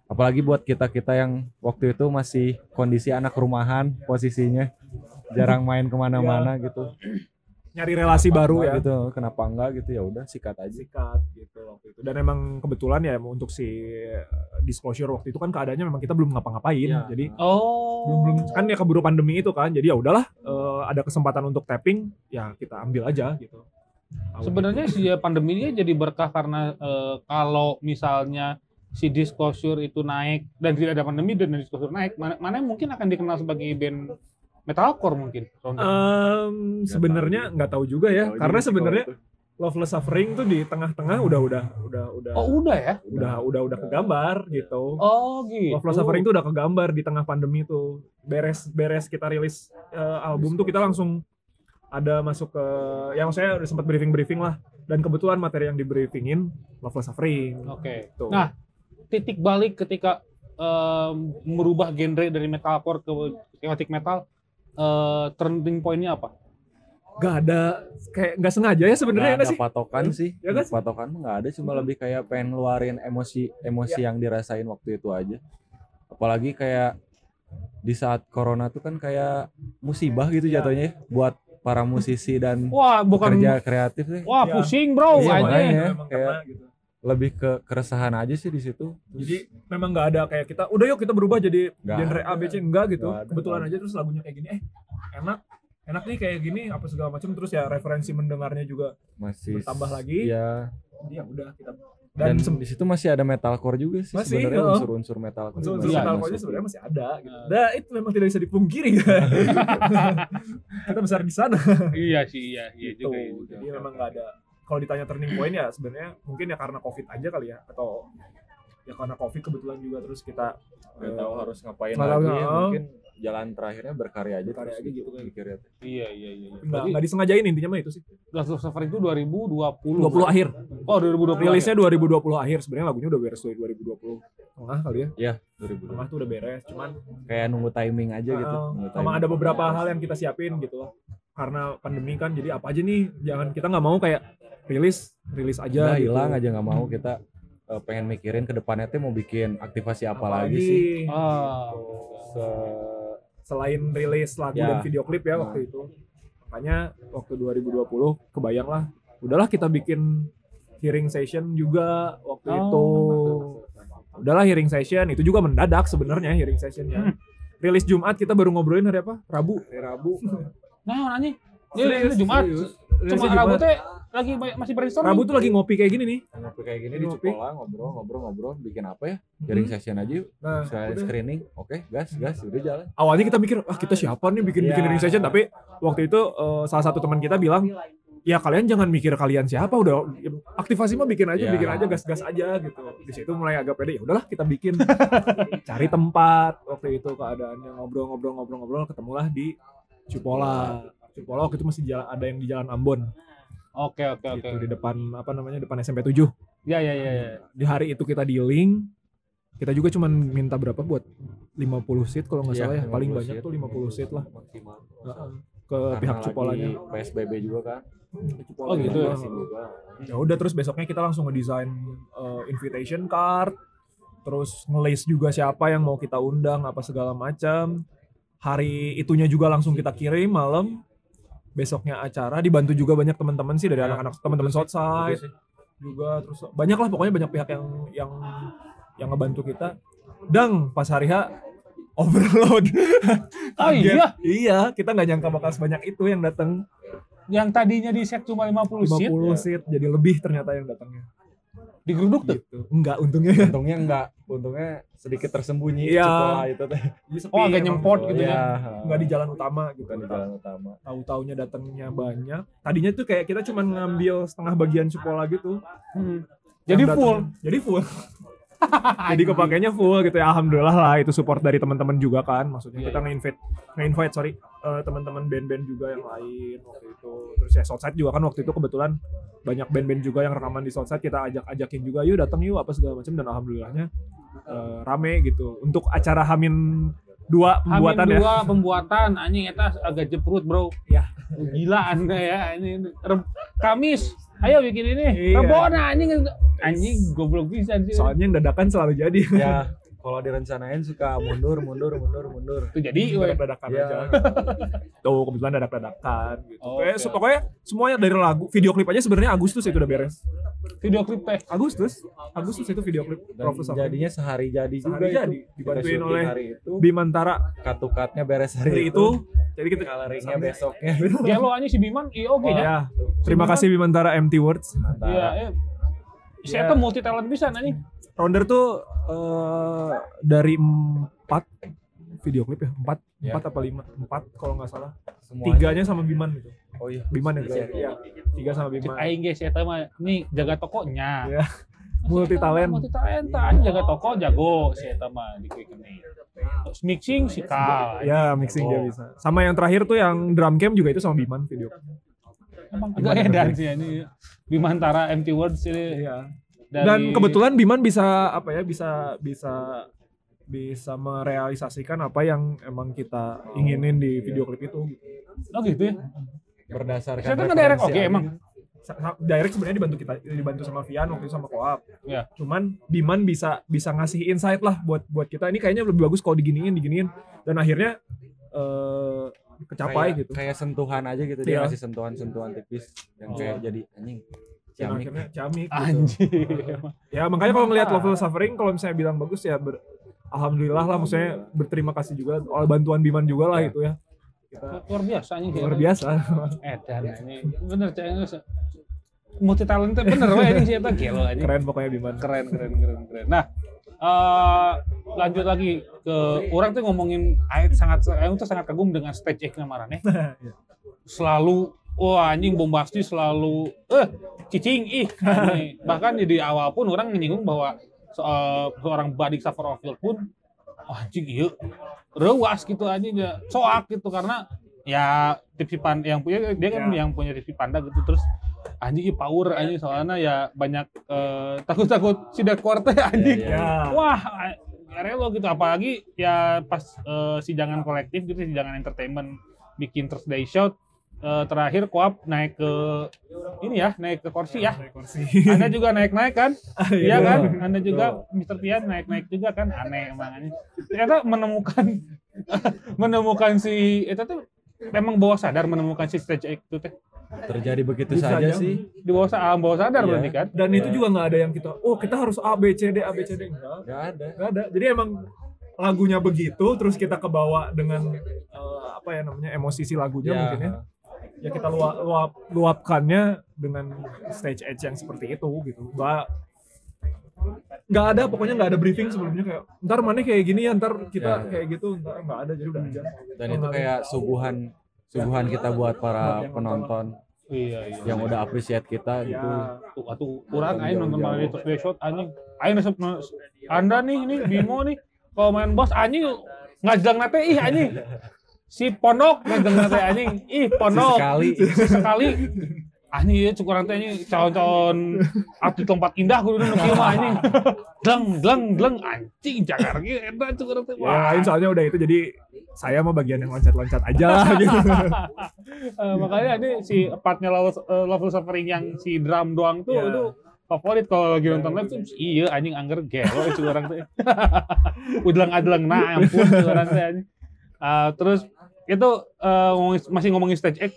Speaker 5: apalagi buat kita kita yang waktu itu masih kondisi anak rumahan posisinya jarang main kemana-mana
Speaker 3: Iya.
Speaker 5: gitu
Speaker 3: nyari relasi baru
Speaker 5: Enggak
Speaker 3: ya
Speaker 5: gitu kenapa enggak gitu ya udah sikat aja
Speaker 3: sikat gitu waktu itu dan emang kebetulan ya untuk si eh, disclosure waktu itu kan keadaannya memang kita belum ngapa-ngapain
Speaker 5: Iya.
Speaker 3: jadi
Speaker 2: Oh.
Speaker 3: belum belum kan ya keburu pandemi itu kan jadi ya udahlah eh, ada kesempatan untuk tapping ya kita ambil aja gitu Awal
Speaker 2: Sebenarnya si pandemi ini jadi berkah karena eh, kalau misalnya si disclosure itu naik dan tidak ada pandemi dan disclosure naik, mana, mana yang mungkin akan dikenal sebagai band metalcore mungkin.
Speaker 3: itu. Em, sebenarnya nggak tahu juga ya karena sebenarnya Loveless Suffering tuh di tengah-tengah udah udah udah udah
Speaker 2: oh, udah ya?
Speaker 3: udah udah udah kegambar gitu
Speaker 2: Oh, gitu.
Speaker 3: Loveless Suffering tuh udah kegambar di tengah pandemi tuh beres beres kita rilis eh, album tuh kita langsung ada masuk ke yang saya udah sempat briefing briefing lah dan kebetulan materi yang di briefingin Loveless Suffering
Speaker 2: Oke.
Speaker 3: gitu.
Speaker 2: Nah, titik balik ketika em, merubah genre dari metalcore ke chaotic metal eh, turning point-nya apa?
Speaker 3: gak ada kayak nggak sengaja ya sebenarnya ya
Speaker 5: Nggak ada
Speaker 3: sih
Speaker 5: Nah, patokan sih
Speaker 3: Ya kan?
Speaker 5: patokan mah nggak ada cuma lebih kayak pengen ngeluarin emosi emosi
Speaker 3: Ya.
Speaker 5: yang dirasain waktu itu aja apalagi kayak di saat corona tuh kan kayak musibah gitu
Speaker 3: Ya. Oh,
Speaker 5: jatuhnya ya, buat para musisi dan
Speaker 2: Wah, bukan
Speaker 5: kerja kreatif sih
Speaker 2: Wah,
Speaker 3: Iya.
Speaker 2: pusing, Bro.
Speaker 5: Iya,
Speaker 2: anjing.
Speaker 5: makanya.
Speaker 3: memang
Speaker 5: kayak-
Speaker 3: kena gitu.
Speaker 5: lebih ke keresahan aja sih di situ
Speaker 3: jadi memang nggak ada kayak kita udah yuk kita berubah jadi
Speaker 5: Nggak
Speaker 3: genre A B C enggak gitu
Speaker 5: Nggak ada,
Speaker 3: kebetulan
Speaker 5: nggak
Speaker 3: aja terus lagunya kayak gini eh enak enak nih kayak gini apa segala macam terus ya referensi mendengarnya juga
Speaker 5: masih
Speaker 3: Bertambah lagi.
Speaker 5: ya
Speaker 3: Jadi ya udah kita
Speaker 5: dan,
Speaker 3: dan, se-
Speaker 5: di situ masih ada metalcore juga sih
Speaker 3: Masih,
Speaker 5: sebenarnya
Speaker 3: heeh.
Speaker 5: unsur-unsur metalcore
Speaker 3: unsur-unsur
Speaker 5: juga
Speaker 2: Iya,
Speaker 3: metalcore-nya
Speaker 5: masuk.
Speaker 3: sebenarnya masih ada gitu.
Speaker 2: Nah.
Speaker 3: Nah, itu memang tidak bisa dipungkiri. kita besar di sana
Speaker 2: Iya sih, iya, iya
Speaker 3: gitu.
Speaker 2: juga. iya juga.
Speaker 3: Jadi memang nggak ada. Kalau ditanya turning point ya sebenarnya mungkin ya karena covid aja kali ya atau ya karena covid kebetulan juga terus kita
Speaker 5: Iya. nggak tahu harus ngapain
Speaker 3: Nggak tahu,
Speaker 5: lagi
Speaker 3: heeh.
Speaker 5: mungkin jalan terakhirnya berkarya aja
Speaker 3: Berkarya
Speaker 5: terus
Speaker 3: aja gitu kan.
Speaker 5: mikirnya.
Speaker 2: Iya, iya, iya.
Speaker 3: nggak
Speaker 2: Jadi
Speaker 3: nggak disengajain intinya mah itu sih.
Speaker 2: Last of Suffer itu 2020.
Speaker 3: 20 akhir.
Speaker 2: Oh, 2020.
Speaker 3: Rilisnya 2020 akhir. Sebenarnya lagunya udah beres dari 2020 tengah kali ya.
Speaker 5: 2020.
Speaker 3: Tengah tuh udah beres. Cuman
Speaker 5: kayak nunggu timing aja gitu.
Speaker 3: uh,
Speaker 5: nunggu
Speaker 3: sama
Speaker 5: timing.
Speaker 3: ada beberapa hal yang kita siapin gitu loh. Karena pandemi kan jadi apa aja nih jangan kita nggak mau kayak rilis rilis aja
Speaker 5: Udah
Speaker 3: gitu.
Speaker 5: Nah, hilang aja nggak mau kita eh, pengen mikirin ke depannya tuh mau bikin aktivasi apa
Speaker 3: Apalagi
Speaker 5: lagi sih.
Speaker 2: Ah.
Speaker 5: Se-
Speaker 3: selain rilis lagu
Speaker 5: Ya.
Speaker 3: dan video klip ya
Speaker 5: Nah.
Speaker 3: waktu itu. Makanya waktu 2020 kebayang lah udahlah kita bikin hearing session juga waktu
Speaker 2: Oh.
Speaker 3: itu. Udahlah hearing session itu juga mendadak sebenarnya hearing sessionnya. Rilis Jumat kita baru ngobrolin hari apa? Rabu.
Speaker 5: Hmm. Hari Rabu.
Speaker 2: Nah, anjing. Ini
Speaker 3: Serius,
Speaker 2: ini Jumat.
Speaker 5: serius.
Speaker 2: Cuma
Speaker 3: Rilisnya Jumat.
Speaker 2: Rabu teh lagi ba- masih brainstorming.
Speaker 3: Rabu tuh lagi ngopi kayak gini nih.
Speaker 5: Ngopi kayak gini
Speaker 3: Ini
Speaker 5: di
Speaker 3: ngopi.
Speaker 5: sekolah ngobrol ngobrol ngobrol bikin apa ya? Jaring session aja yuk.
Speaker 3: Nah,
Speaker 5: Saya
Speaker 3: udah.
Speaker 5: screening. Oke, gas gas udah jalan.
Speaker 3: awalnya kita mikir ah kita siapa nih bikin bikin
Speaker 5: Iya.
Speaker 3: hearing session tapi waktu itu eh, salah satu teman kita bilang ya kalian jangan mikir kalian siapa udah aktivasi mah bikin aja
Speaker 2: Iya.
Speaker 5: Ya.
Speaker 3: bikin aja gas-gas aja gitu di situ mulai agak pede ya udahlah kita bikin cari tempat waktu itu keadaannya ngobrol-ngobrol-ngobrol-ngobrol ketemulah di Cupola Cupola waktu itu masih jalan, ada yang di Jalan Ambon
Speaker 2: Oke oke oke.
Speaker 3: gitu di depan apa namanya depan SMP 7
Speaker 2: Ya ya ya. ya.
Speaker 3: di hari itu kita dealing kita juga cuman minta berapa buat 50 seat kalau
Speaker 2: Iya,
Speaker 3: nggak
Speaker 5: Iya,
Speaker 3: salah ya paling banyak tuh 50 seat lah
Speaker 5: maksimal.
Speaker 3: Heeh. ke pihak Cupolanya
Speaker 5: PSBB juga kan. Cupola
Speaker 2: Oh, gitu ya.
Speaker 5: masih juga.
Speaker 3: ya udah terus besoknya kita langsung ngedesain uh, invitation card terus ngelis juga siapa yang mau kita undang apa segala macam hari itunya juga langsung kita kirim malam besoknya acara dibantu juga banyak teman-teman sih dari
Speaker 5: Ya,
Speaker 3: anak-anak teman-teman
Speaker 5: Bagus
Speaker 3: Southside
Speaker 5: Gitu sih.
Speaker 3: juga terus banyak lah pokoknya banyak pihak yang yang yang ngebantu kita dang pas hari H overload
Speaker 2: Oh
Speaker 3: Kaget.
Speaker 2: iya,
Speaker 3: iya kita nggak nyangka bakal sebanyak itu yang datang
Speaker 2: yang tadinya di set cuma 50 seat
Speaker 5: Iya.
Speaker 3: 50 seat jadi lebih ternyata yang datangnya
Speaker 2: digeruduk tuh.
Speaker 3: gitu enggak untungnya
Speaker 5: Untungnya enggak, untungnya sedikit tersembunyi
Speaker 3: Iya.
Speaker 5: Cupola itu teh.
Speaker 2: Oh, agak
Speaker 3: Emang
Speaker 2: nyempot gitu ya.
Speaker 5: Iya.
Speaker 3: nggak di jalan utama gitu
Speaker 5: bukan di jalan utama.
Speaker 3: tahu-taunya datangnya banyak tadinya tuh kayak kita cuma ngambil setengah bagian cupola gitu
Speaker 2: Hmm. Jadi
Speaker 3: Yang
Speaker 2: full.
Speaker 3: datangnya- jadi full jadi kepakainya full gitu ya alhamdulillah lah itu support dari teman-teman juga kan maksudnya
Speaker 2: Iya,
Speaker 3: kita
Speaker 2: iya.
Speaker 3: nge-invite nge-invite sorry eh, teman-teman band-band juga yang lain waktu itu terus ya Southside juga kan waktu itu kebetulan banyak band-band juga yang rekaman di Southside kita ajak ajakin juga yuk datang yuk apa segala macam dan alhamdulillahnya eh, rame gitu untuk acara Hamin dua
Speaker 2: Hamin
Speaker 3: pembuatan ya
Speaker 2: dua pembuatan anjing eta agak jeprut, Bro.
Speaker 3: Ya.
Speaker 2: Gila Anda ya anjing. Reb- Kamis, ayo bikin ini.
Speaker 3: Iya.
Speaker 2: Rebon anjing anjing goblok bisa sih.
Speaker 3: soalnya yang dadakan selalu jadi
Speaker 5: Ya, kalau direncanain suka mundur, mundur, mundur, mundur.
Speaker 2: Itu jadi we.
Speaker 3: dadak dadakan
Speaker 5: Iya.
Speaker 3: aja gitu. tuh kebetulan dadak dadakan gitu
Speaker 2: Oh,
Speaker 3: Kayak
Speaker 2: oke.
Speaker 3: se- pokoknya semuanya dari lagu video klip aja sebenarnya Agustus itu udah beres
Speaker 2: video klip teh.
Speaker 3: Agustus Agustus itu video klip
Speaker 5: Dan jadinya sehari jadi juga
Speaker 3: Sehari
Speaker 5: itu.
Speaker 3: jadi,
Speaker 5: Kita
Speaker 3: dibantuin
Speaker 5: syuting
Speaker 3: oleh-
Speaker 5: hari itu
Speaker 3: Bimantara
Speaker 5: katukatnya beres
Speaker 3: hari
Speaker 5: hari
Speaker 3: itu Iya. jadi kita
Speaker 5: Iya. kita coloringnya besoknya
Speaker 2: Gelo anjing si Biman, iya oke ya.
Speaker 3: ya terima kasih Bimantara MT Words
Speaker 2: Iya,
Speaker 5: Antara
Speaker 2: eh. Si
Speaker 3: Iya.
Speaker 2: eta multi talent bisa anjing.
Speaker 3: Rounder tuh eh, dari empat video klip ya empat
Speaker 5: Ya.
Speaker 3: empat apa lima empat kalau nggak salah
Speaker 5: semuanya.
Speaker 3: tiganya sama Biman gitu
Speaker 5: oh iya
Speaker 3: Biman ya
Speaker 5: Iya, iya.
Speaker 3: tiga sama Biman
Speaker 2: Aing ge si eta mah nih jaga tokonya.
Speaker 3: Iya. Multi talent.
Speaker 2: Multi talenta anjing jaga toko jago si eta mah di Quick ini. Terus mixing si Kal.
Speaker 3: ya mixing dia bisa sama yang terakhir tuh yang drum cam juga itu sama Biman video
Speaker 2: Emang agak edan sih iya. ini Bimantara MT Words ini
Speaker 3: Iya.
Speaker 2: dari
Speaker 3: Dan kebetulan Biman bisa apa ya bisa bisa bisa merealisasikan apa yang emang kita inginin di video klip itu.
Speaker 2: Oh gitu ya.
Speaker 5: berdasarkan
Speaker 2: Saya tuh ngedirect
Speaker 5: referensi
Speaker 2: oke
Speaker 5: aja.
Speaker 2: emang.
Speaker 3: Sa- sa- Direct sebenarnya dibantu kita dibantu sama Vian waktu itu sama Koap.
Speaker 2: Iya.
Speaker 3: Cuman Biman bisa bisa ngasih insight lah buat buat kita ini kayaknya lebih bagus kalau diginiin diginiin dan akhirnya eh kecapai
Speaker 5: kayak,
Speaker 3: gitu.
Speaker 5: kayak sentuhan aja gitu dia
Speaker 3: Iya.
Speaker 5: ngasih sentuhan-sentuhan tipis yang kayak jadi anjing
Speaker 3: Dan
Speaker 5: ciamik
Speaker 3: akhirnya
Speaker 2: Ah,
Speaker 3: ciamik. gitu.
Speaker 2: Anjir.
Speaker 3: Ya makanya kalau ngelihat
Speaker 2: Mantap.
Speaker 3: level suffering kalau misalnya bilang bagus ya ber- alhamdulillah lah maksudnya berterima kasih juga oleh bantuan Biman juga lah
Speaker 5: Ya. Iya.
Speaker 3: gitu ya. Kita
Speaker 2: Luar biasa anjing.
Speaker 3: luar biasa.
Speaker 2: Edan ini bener cahaya multi talenta bener weh ini si eta gelo anjing.
Speaker 3: Keren pokoknya Biman.
Speaker 2: keren keren keren keren nah eh lanjut lagi ke orang tuh ngomongin Aing sangat Aing tuh sangat kagum dengan stage ya. act-nya Marane
Speaker 3: Ya.
Speaker 2: selalu wah anjing bombastis selalu eh cicing ih anjing. bahkan di- di awal pun orang menyinggung bahwa soal seorang Badik Safarovic pun "Ah, anjing iya rewas gitu anjing ya soak gitu karena ya TV pan yang punya dia kan
Speaker 3: Ya.
Speaker 2: yang punya TV panda gitu terus anjing ih power anjing soalnya ya banyak eh, takut-takut si Dark Quarter anjing
Speaker 5: Iya,
Speaker 3: Ya.
Speaker 2: wah a- relo gitu apalagi ya pas eh, sidangan kolektif gitu sidangan entertainment bikin Thursday Shout eh, terakhir koap naik ke ini ya naik ke kursi
Speaker 5: Iya
Speaker 2: ya anda juga naik-naik kan iya kan anda juga Mr. Tian naik-naik juga kan aneh emang aneh ternyata menemukan menemukan si itu tuh memang bawah sadar menemukan si stage act itu teh
Speaker 5: terjadi begitu
Speaker 3: Bisa
Speaker 5: saja
Speaker 3: aja.
Speaker 5: sih
Speaker 2: di bawah sa- alam bawah sadar
Speaker 5: Iya. Iya.
Speaker 2: berarti kan
Speaker 3: Dan itu juga nggak ada yang kita, oh kita harus A B C D A B C D enggak.
Speaker 5: nggak ada
Speaker 3: Nggak ada. Jadi emang lagunya begitu terus kita kebawa dengan eh, apa ya namanya emosi si lagunya
Speaker 5: Ya.
Speaker 3: mungkin ya. Ya kita luap, luap- luapkannya dengan stage edge yang seperti itu gitu. Nggak nggak ada pokoknya nggak ada briefing sebelumnya kayak ntar mana kayak gini ya ntar
Speaker 5: Ya,
Speaker 3: kita
Speaker 5: ya.
Speaker 3: kayak gitu ntar nggak ada jadi udah aja
Speaker 5: dan itu kayak suguhan suguhan kita buat para penonton
Speaker 2: Iya iya.
Speaker 5: yang udah appreciate kita gitu.
Speaker 3: ya
Speaker 2: Tuh, atuh, kurang aing nonton Malaysia
Speaker 5: Jauh-jauh.
Speaker 2: Today Shot anjing. Aing resep Anda nih ini Bimo nih kalau main bos anjing ngajang nate ih anjing. Si Ponok ngajang nate anjing. Ih Ponok
Speaker 5: Sekali
Speaker 2: sekali. Anjing ya cukup nanti anjing calon-calon atlet tempat indah kudu nu kieu mah anjing. Dleng dleng dleng anjing jangan ge eta cukup nanti.
Speaker 3: ya lain soalnya udah itu jadi saya mah bagian yang loncat-loncat aja lah gitu Iya.
Speaker 2: Eh, makanya ini si partnya level level suffering eh, yang si drum doang tuh
Speaker 3: Ya.
Speaker 2: itu favorit kalau lagi nonton live tuh iya anjing angger gelo itu orang tuh udlang adlang nah ampun itu orang tuh anjing Ah, terus itu eh, ngomongin- masih ngomongin stage act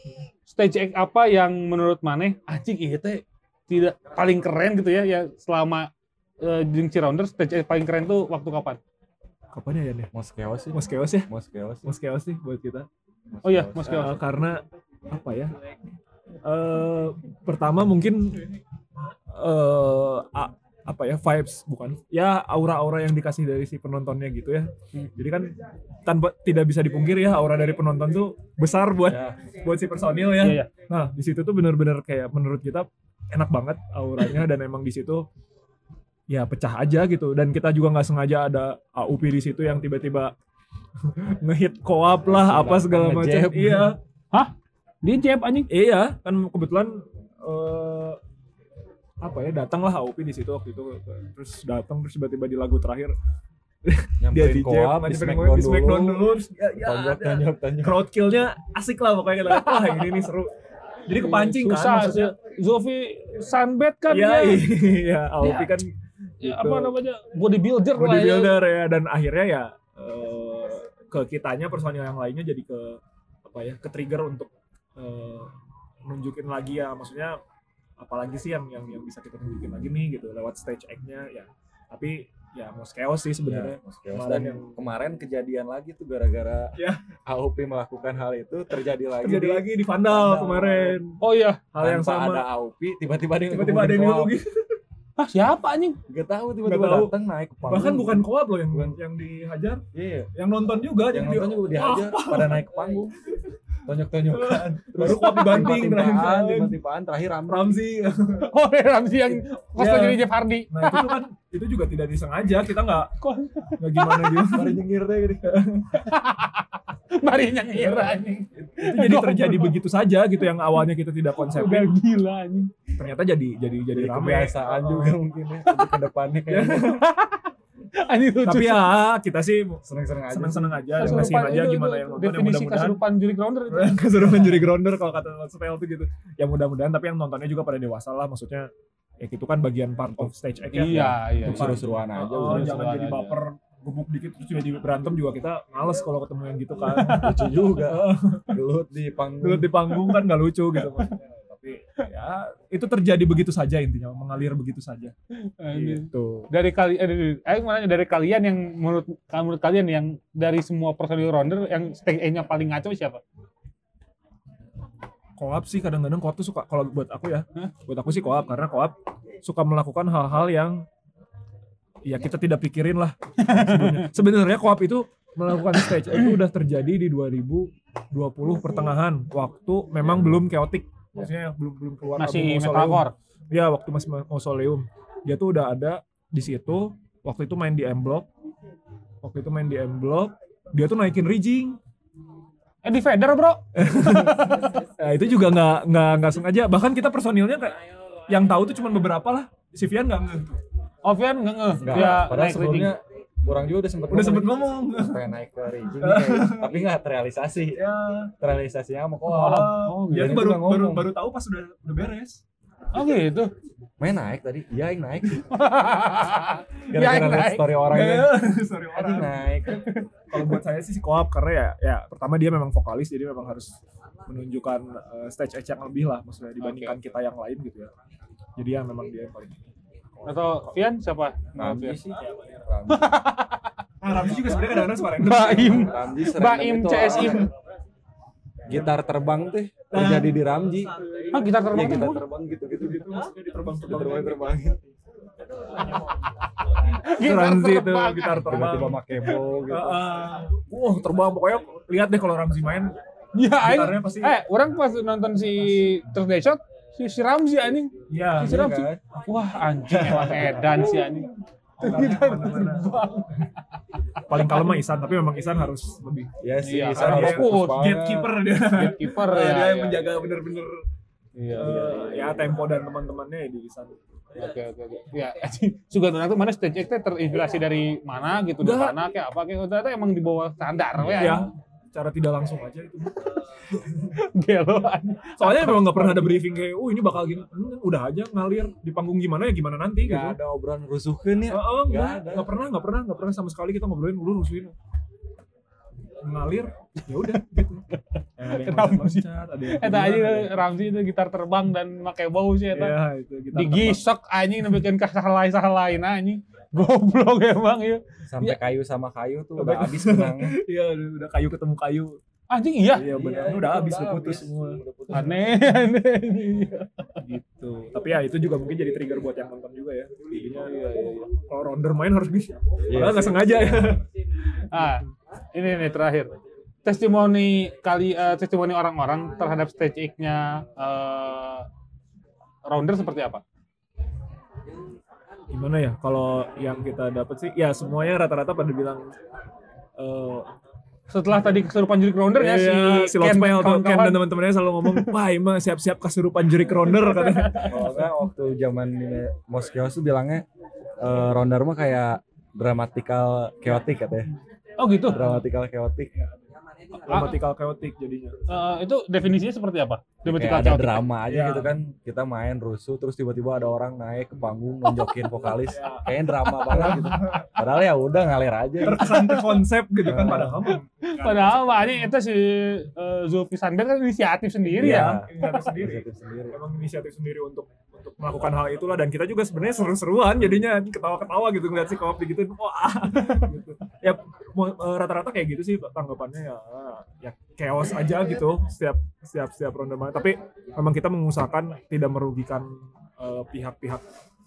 Speaker 2: stage act apa yang menurut maneh anjing iya teh tidak paling keren gitu ya ya selama eh, jeung Cirounders stage act paling keren tuh waktu kapan
Speaker 3: kapan ya Yan ya
Speaker 5: Moskeo sih.
Speaker 3: Moskeos ya
Speaker 5: Moskeo sih.
Speaker 3: Moskeos sih buat kita
Speaker 2: oh iya
Speaker 5: Moskeos.
Speaker 2: mas
Speaker 3: Eh, karena apa ya eh pertama mungkin eh a- apa ya vibes bukan ya aura-aura yang dikasih dari si penontonnya gitu ya
Speaker 2: Hmm.
Speaker 3: jadi kan tanpa tidak bisa dipungkiri ya aura dari penonton tuh besar buat
Speaker 5: Ya.
Speaker 3: buat si personil ya
Speaker 2: iya iya
Speaker 3: Nah, di situ tuh bener-bener kayak menurut kita enak banget auranya dan emang di situ ya pecah aja gitu dan kita juga nggak sengaja ada AUP di situ yang tiba-tiba ngehit koap lah apa segala macam
Speaker 5: Ngejab.
Speaker 3: iya
Speaker 2: dia jeb anjing
Speaker 3: iya kan kebetulan eh, apa ya datanglah AUP di situ waktu itu terus datang terus tiba-tiba di lagu terakhir dia
Speaker 5: Nyamperin
Speaker 3: di
Speaker 5: koam
Speaker 3: jab
Speaker 5: di
Speaker 3: di smackdown
Speaker 5: Smackdown dulu.
Speaker 3: dulu terus ya, ya
Speaker 5: Tonjok
Speaker 3: ada.
Speaker 5: tonjok tonjok.
Speaker 3: crowd killnya asik lah pokoknya kita lihat, wah ini nih seru jadi kepancing kan
Speaker 2: susah
Speaker 3: maksudnya.
Speaker 2: Zulfi sunbed kan
Speaker 3: Iya,
Speaker 2: dia.
Speaker 3: iya, Alpi kan
Speaker 2: Ya,
Speaker 3: Gitu.
Speaker 2: apa namanya bodybuilder, lah ya.
Speaker 3: bodybuilder ya dan akhirnya ya eh, ke kitanya personil yang lainnya jadi ke apa ya, ke trigger untuk eh, nunjukin lagi ya, maksudnya apalagi sih yang yang yang bisa kita tunjukin lagi nih gitu lewat stage act-nya ya. Tapi ya Moskeo sih
Speaker 5: Ya,
Speaker 3: sebenarnya.
Speaker 5: Moskeos.
Speaker 3: Kemarin
Speaker 5: Dan
Speaker 3: yang-
Speaker 5: kemarin kejadian lagi tuh gara-gara
Speaker 3: Ya.
Speaker 5: AOP melakukan hal itu terjadi lagi.
Speaker 3: Terjadi
Speaker 5: di-
Speaker 3: lagi di Vandal
Speaker 5: Vandal.
Speaker 3: kemarin.
Speaker 2: Oh iya,
Speaker 3: Hal yang
Speaker 5: tanpa
Speaker 3: sama.
Speaker 5: ada AOP tiba-tiba ada yang
Speaker 3: Tiba-tiba ada yang
Speaker 5: ngomongin
Speaker 3: dirugi.
Speaker 2: ah siapa anjing?
Speaker 5: koam. Gak tahu tiba-tiba
Speaker 3: Nggak tahu.
Speaker 5: datang naik ke panggung.
Speaker 3: Bahkan bukan koap loh yang
Speaker 5: Bukan.
Speaker 3: yang dihajar,
Speaker 5: Iya.
Speaker 3: yang nonton juga
Speaker 5: Yang
Speaker 3: jadi
Speaker 5: nonton juga dihajar pada naik ke panggung. Tonyok-tonyokan.
Speaker 3: baru koap dibanting
Speaker 5: tiba-tibaan,
Speaker 3: terakhir.
Speaker 5: tiba-tibaan terakhir Ramzi.
Speaker 3: Ramzi
Speaker 2: Oh Ramzi yang cosplay
Speaker 3: Iya.
Speaker 2: jadi Jeff Hardy.
Speaker 3: Nah itu tuh kan itu juga tidak disengaja kita nggak
Speaker 2: Kok-
Speaker 3: nggak gimana gitu.
Speaker 5: Baru nyengir deh gitu.
Speaker 2: Mari yang ngira anjing.
Speaker 3: Iya, Itu jadi terjadi begitu saja gitu yang awalnya kita tidak
Speaker 2: Udah
Speaker 3: konsepnya
Speaker 2: gila anjing.
Speaker 3: ternyata jadi jadi jadi, Oh.
Speaker 5: Jadi
Speaker 3: ramai.
Speaker 5: kebiasaan juga mungkin ya untuk kedepannya kayak
Speaker 2: Anjing lucu.
Speaker 3: Tapi ya kita sih
Speaker 5: seneng-seneng aja.
Speaker 3: seneng-seneng aja,
Speaker 2: Kesurupan
Speaker 3: ngasihin aja
Speaker 2: itu-
Speaker 3: gimana
Speaker 2: itu
Speaker 3: yang nonton yang
Speaker 2: definisi
Speaker 3: mudah-mudahan
Speaker 2: kesurupan Jurik Rounder itu.
Speaker 3: kesurupan juri grounder kalau kata spell tuh gitu. Ya mudah-mudahan tapi yang nontonnya juga pada dewasa lah maksudnya ya itu kan bagian part of stage act ya.
Speaker 2: Iya, iya.
Speaker 5: Untuk seru-seruan aja.
Speaker 3: Oh,
Speaker 5: udah.
Speaker 3: jangan
Speaker 2: seru-seruan
Speaker 3: jadi
Speaker 2: aja.
Speaker 3: baper gebuk dikit terus jadi berantem juga kita males kalau ketemu yang gitu kan.
Speaker 5: Lucu juga. Gelut di
Speaker 3: Oh. gelut
Speaker 5: panggung.
Speaker 3: di panggung kan nggak lucu gitu maksudnya. tapi ya itu terjadi begitu saja intinya mengalir begitu saja
Speaker 2: Anjing.
Speaker 3: gitu
Speaker 2: iya. Dari kali eh, dari, ayo mau nanya, dari kalian yang menurut menurut kalian yang dari semua personil rounder yang stage nya paling ngaco siapa?
Speaker 3: koap sih kadang-kadang koap tuh suka kalau buat aku ya
Speaker 2: Hah?
Speaker 3: buat aku sih koap karena koap suka melakukan hal-hal yang ya kita tidak pikirin lah sebelumnya. sebenarnya koap itu melakukan stage itu udah terjadi di 2020 pertengahan waktu memang belum chaotic maksudnya belum belum keluar
Speaker 2: Iya.
Speaker 3: album
Speaker 2: Masih
Speaker 3: Mausoleum.
Speaker 2: metalcore.
Speaker 3: Ya waktu masih ma- mausoleum. Dia tuh udah ada di situ. Waktu itu main di M Block. Waktu itu main di M Block. Dia tuh naikin rigging.
Speaker 2: Eh di Feder, Bro.
Speaker 3: Nah, itu juga nggak nggak nggak sengaja. Bahkan kita personilnya kayak yang tahu tuh cuma beberapa lah. Si Vian nggak nge-
Speaker 2: Ovian enggak ngeh.
Speaker 5: Enggak,
Speaker 2: Dia
Speaker 5: padahal
Speaker 2: naik
Speaker 5: sebelumnya orang juga udah sempet
Speaker 3: Ya, udah sempet
Speaker 5: ngomong,
Speaker 3: ngomong.
Speaker 5: pengen naik ke Rijing nih kayaknya. tapi nggak terrealisasi
Speaker 3: ya.
Speaker 5: terrealisasinya sama kok
Speaker 2: oh,
Speaker 3: iya, dia
Speaker 5: gitu.
Speaker 3: tuh baru
Speaker 5: Nggak
Speaker 3: baru
Speaker 5: ngomong.
Speaker 3: baru tahu pas udah udah beres.
Speaker 2: riding. Oh gitu.
Speaker 5: main naik tadi iya yang naik
Speaker 2: Ya, yang
Speaker 5: gara-gara liat
Speaker 2: naik.
Speaker 5: story orangnya
Speaker 3: Sorry
Speaker 5: Aing
Speaker 3: orang.
Speaker 5: naik
Speaker 3: kalau buat saya sih si Koap karena ya ya pertama dia memang vokalis jadi memang harus menunjukkan eh, stage edge yang lebih lah maksudnya dibandingkan kita yang lain gitu ya jadi ya memang dia yang paling
Speaker 2: Atau Vian siapa?
Speaker 3: ya.
Speaker 5: Ramji sih
Speaker 3: nah Ramzi juga sebenarnya kadang-kadang suara
Speaker 2: Baim.
Speaker 5: Ramji serendam
Speaker 2: Baim
Speaker 5: itu
Speaker 2: CSIM.
Speaker 5: orangnya. gitar terbang tuh
Speaker 3: Ah.
Speaker 5: terjadi di Ramji
Speaker 2: Ah, kita
Speaker 5: ya
Speaker 2: terbang tuh.
Speaker 5: gitar terbang gitu gitu gitu
Speaker 3: maksudnya di terbang
Speaker 5: terbang
Speaker 3: terbang
Speaker 5: terbang
Speaker 3: Ramzi itu
Speaker 2: terbang.
Speaker 3: gitar terbang
Speaker 5: tiba-tiba make bow gitu
Speaker 3: Heeh. wah terbang pokoknya lihat deh kalau Ramzi main
Speaker 2: Iya aing.
Speaker 3: Gitarnya pasti
Speaker 2: Eh, orang pas nonton si Thursday Shot, si, si Ramzi anjing.
Speaker 3: iya
Speaker 2: Si
Speaker 3: iya
Speaker 2: Ramzi.
Speaker 3: kan?
Speaker 2: Wah, anjing emang edan si anjing.
Speaker 3: Gitarnya kemana-mana. paling kalem mah Isan tapi memang Isan harus lebih
Speaker 5: Ya sih,
Speaker 2: Iya,
Speaker 5: Isan
Speaker 2: karena
Speaker 5: harus
Speaker 2: fokus.
Speaker 5: fokus banget.
Speaker 3: gatekeeper dia
Speaker 2: Gatekeeper ya.
Speaker 3: Iya, dia yang
Speaker 2: ya,
Speaker 3: menjaga
Speaker 2: ya.
Speaker 3: bener-bener
Speaker 2: Iya.
Speaker 3: eh, ya tempo dan teman-temannya di Isan
Speaker 2: Oke oke oke. Ya, anjing. Sugan orang tuh mana stage act terinspirasi dari mana gitu, dari
Speaker 3: Enggak.
Speaker 2: mana kayak apa kayak ternyata emang di bawah standar we anjing.
Speaker 3: ya cara tidak langsung aja itu
Speaker 2: Gelo anjing.
Speaker 3: soalnya memang nggak pernah ada briefing kayak oh ini bakal gini Hmm, udah aja ngalir di panggung gimana ya gimana nanti
Speaker 5: Gak
Speaker 3: gitu
Speaker 5: ada obrolan rusuhkan ya.
Speaker 3: Heeh, enggak,
Speaker 5: ada.
Speaker 3: enggak pernah, enggak pernah, enggak pernah sama sekali kita ngobrolin ulur rusuhin. Ngalir, ya udah gitu. Eh, Ada yang
Speaker 2: Kenapa sih?
Speaker 3: loncat-loncat, ada
Speaker 5: Eh,
Speaker 3: yang
Speaker 2: Eta aja
Speaker 3: tiduran, ada
Speaker 2: Eh, Ramzi itu gitar terbang dan make bau sih
Speaker 3: yang-
Speaker 2: eta.
Speaker 3: Ya, itu kita
Speaker 2: Digisok anjing bikin kasahalai sahalain anjing. Goblok emang ya.
Speaker 5: Sampai kayu sama kayu tuh
Speaker 3: Iya. Sampai
Speaker 5: udah habis benangnya.
Speaker 3: Iya, udah udah kayu ketemu kayu.
Speaker 2: Anjing iya.
Speaker 3: Iya, benar.
Speaker 5: Iya,
Speaker 3: udah
Speaker 5: itu
Speaker 3: habis
Speaker 5: udah
Speaker 3: udah putus
Speaker 5: habis.
Speaker 3: semua.
Speaker 5: Udah putus.
Speaker 2: Aneh aneh.
Speaker 3: Gitu. Tapi ya itu juga mungkin jadi trigger buat yang nonton juga ya. Jadinya kalau rounder main harus bisa.
Speaker 5: Iya
Speaker 3: Padahal nggak
Speaker 5: sih.
Speaker 3: sengaja ya.
Speaker 2: Ah, ini nih terakhir. Testimoni kali eh, testimoni orang-orang terhadap stage act-nya eh, rounder seperti apa?
Speaker 3: gimana ya kalau yang kita dapat sih ya semuanya rata-rata pada bilang eh
Speaker 2: Setelah tadi kesurupan jurik rounder
Speaker 5: Iya,
Speaker 2: ya si,
Speaker 3: Iya, si Ken, tuh, Ken dan
Speaker 2: kawan-kawan.
Speaker 3: teman-temannya selalu ngomong, wah emang siap-siap kesurupan jurik rounder katanya.
Speaker 5: Kalau nggak waktu zaman Moskios tuh bilangnya eh Rondar mah kayak dramatikal chaotic katanya.
Speaker 2: Oh gitu.
Speaker 5: Dramatikal chaotic.
Speaker 3: Dramatical chaotic jadinya.
Speaker 2: Eh, itu definisinya seperti apa?
Speaker 5: Kayak
Speaker 2: Dramatical
Speaker 5: ada
Speaker 2: chaotic.
Speaker 5: drama aja
Speaker 3: Iya.
Speaker 5: gitu kan. Kita main rusuh terus tiba-tiba ada orang naik ke panggung nonjokin vokalis.
Speaker 3: Iya.
Speaker 5: Kayaknya drama banget gitu. Padahal ya udah ngalir aja.
Speaker 3: Terkesan ke konsep gitu kan padahal mah
Speaker 2: Padahal makanya itu si eh, Zulfi Sandar kan inisiatif sendiri ya.
Speaker 5: Iya.
Speaker 3: inisiatif sendiri.
Speaker 5: Inisiatif sendiri.
Speaker 3: Emang inisiatif sendiri untuk untuk melakukan hal itulah dan kita juga sebenarnya seru-seruan jadinya ketawa-ketawa gitu ngeliat si koop gitu wah gitu. ya mo- eh, rata-rata kayak gitu sih tanggapannya ya ya chaos aja gitu setiap setiap setiap ronde main tapi memang kita mengusahakan tidak merugikan eh, pihak-pihak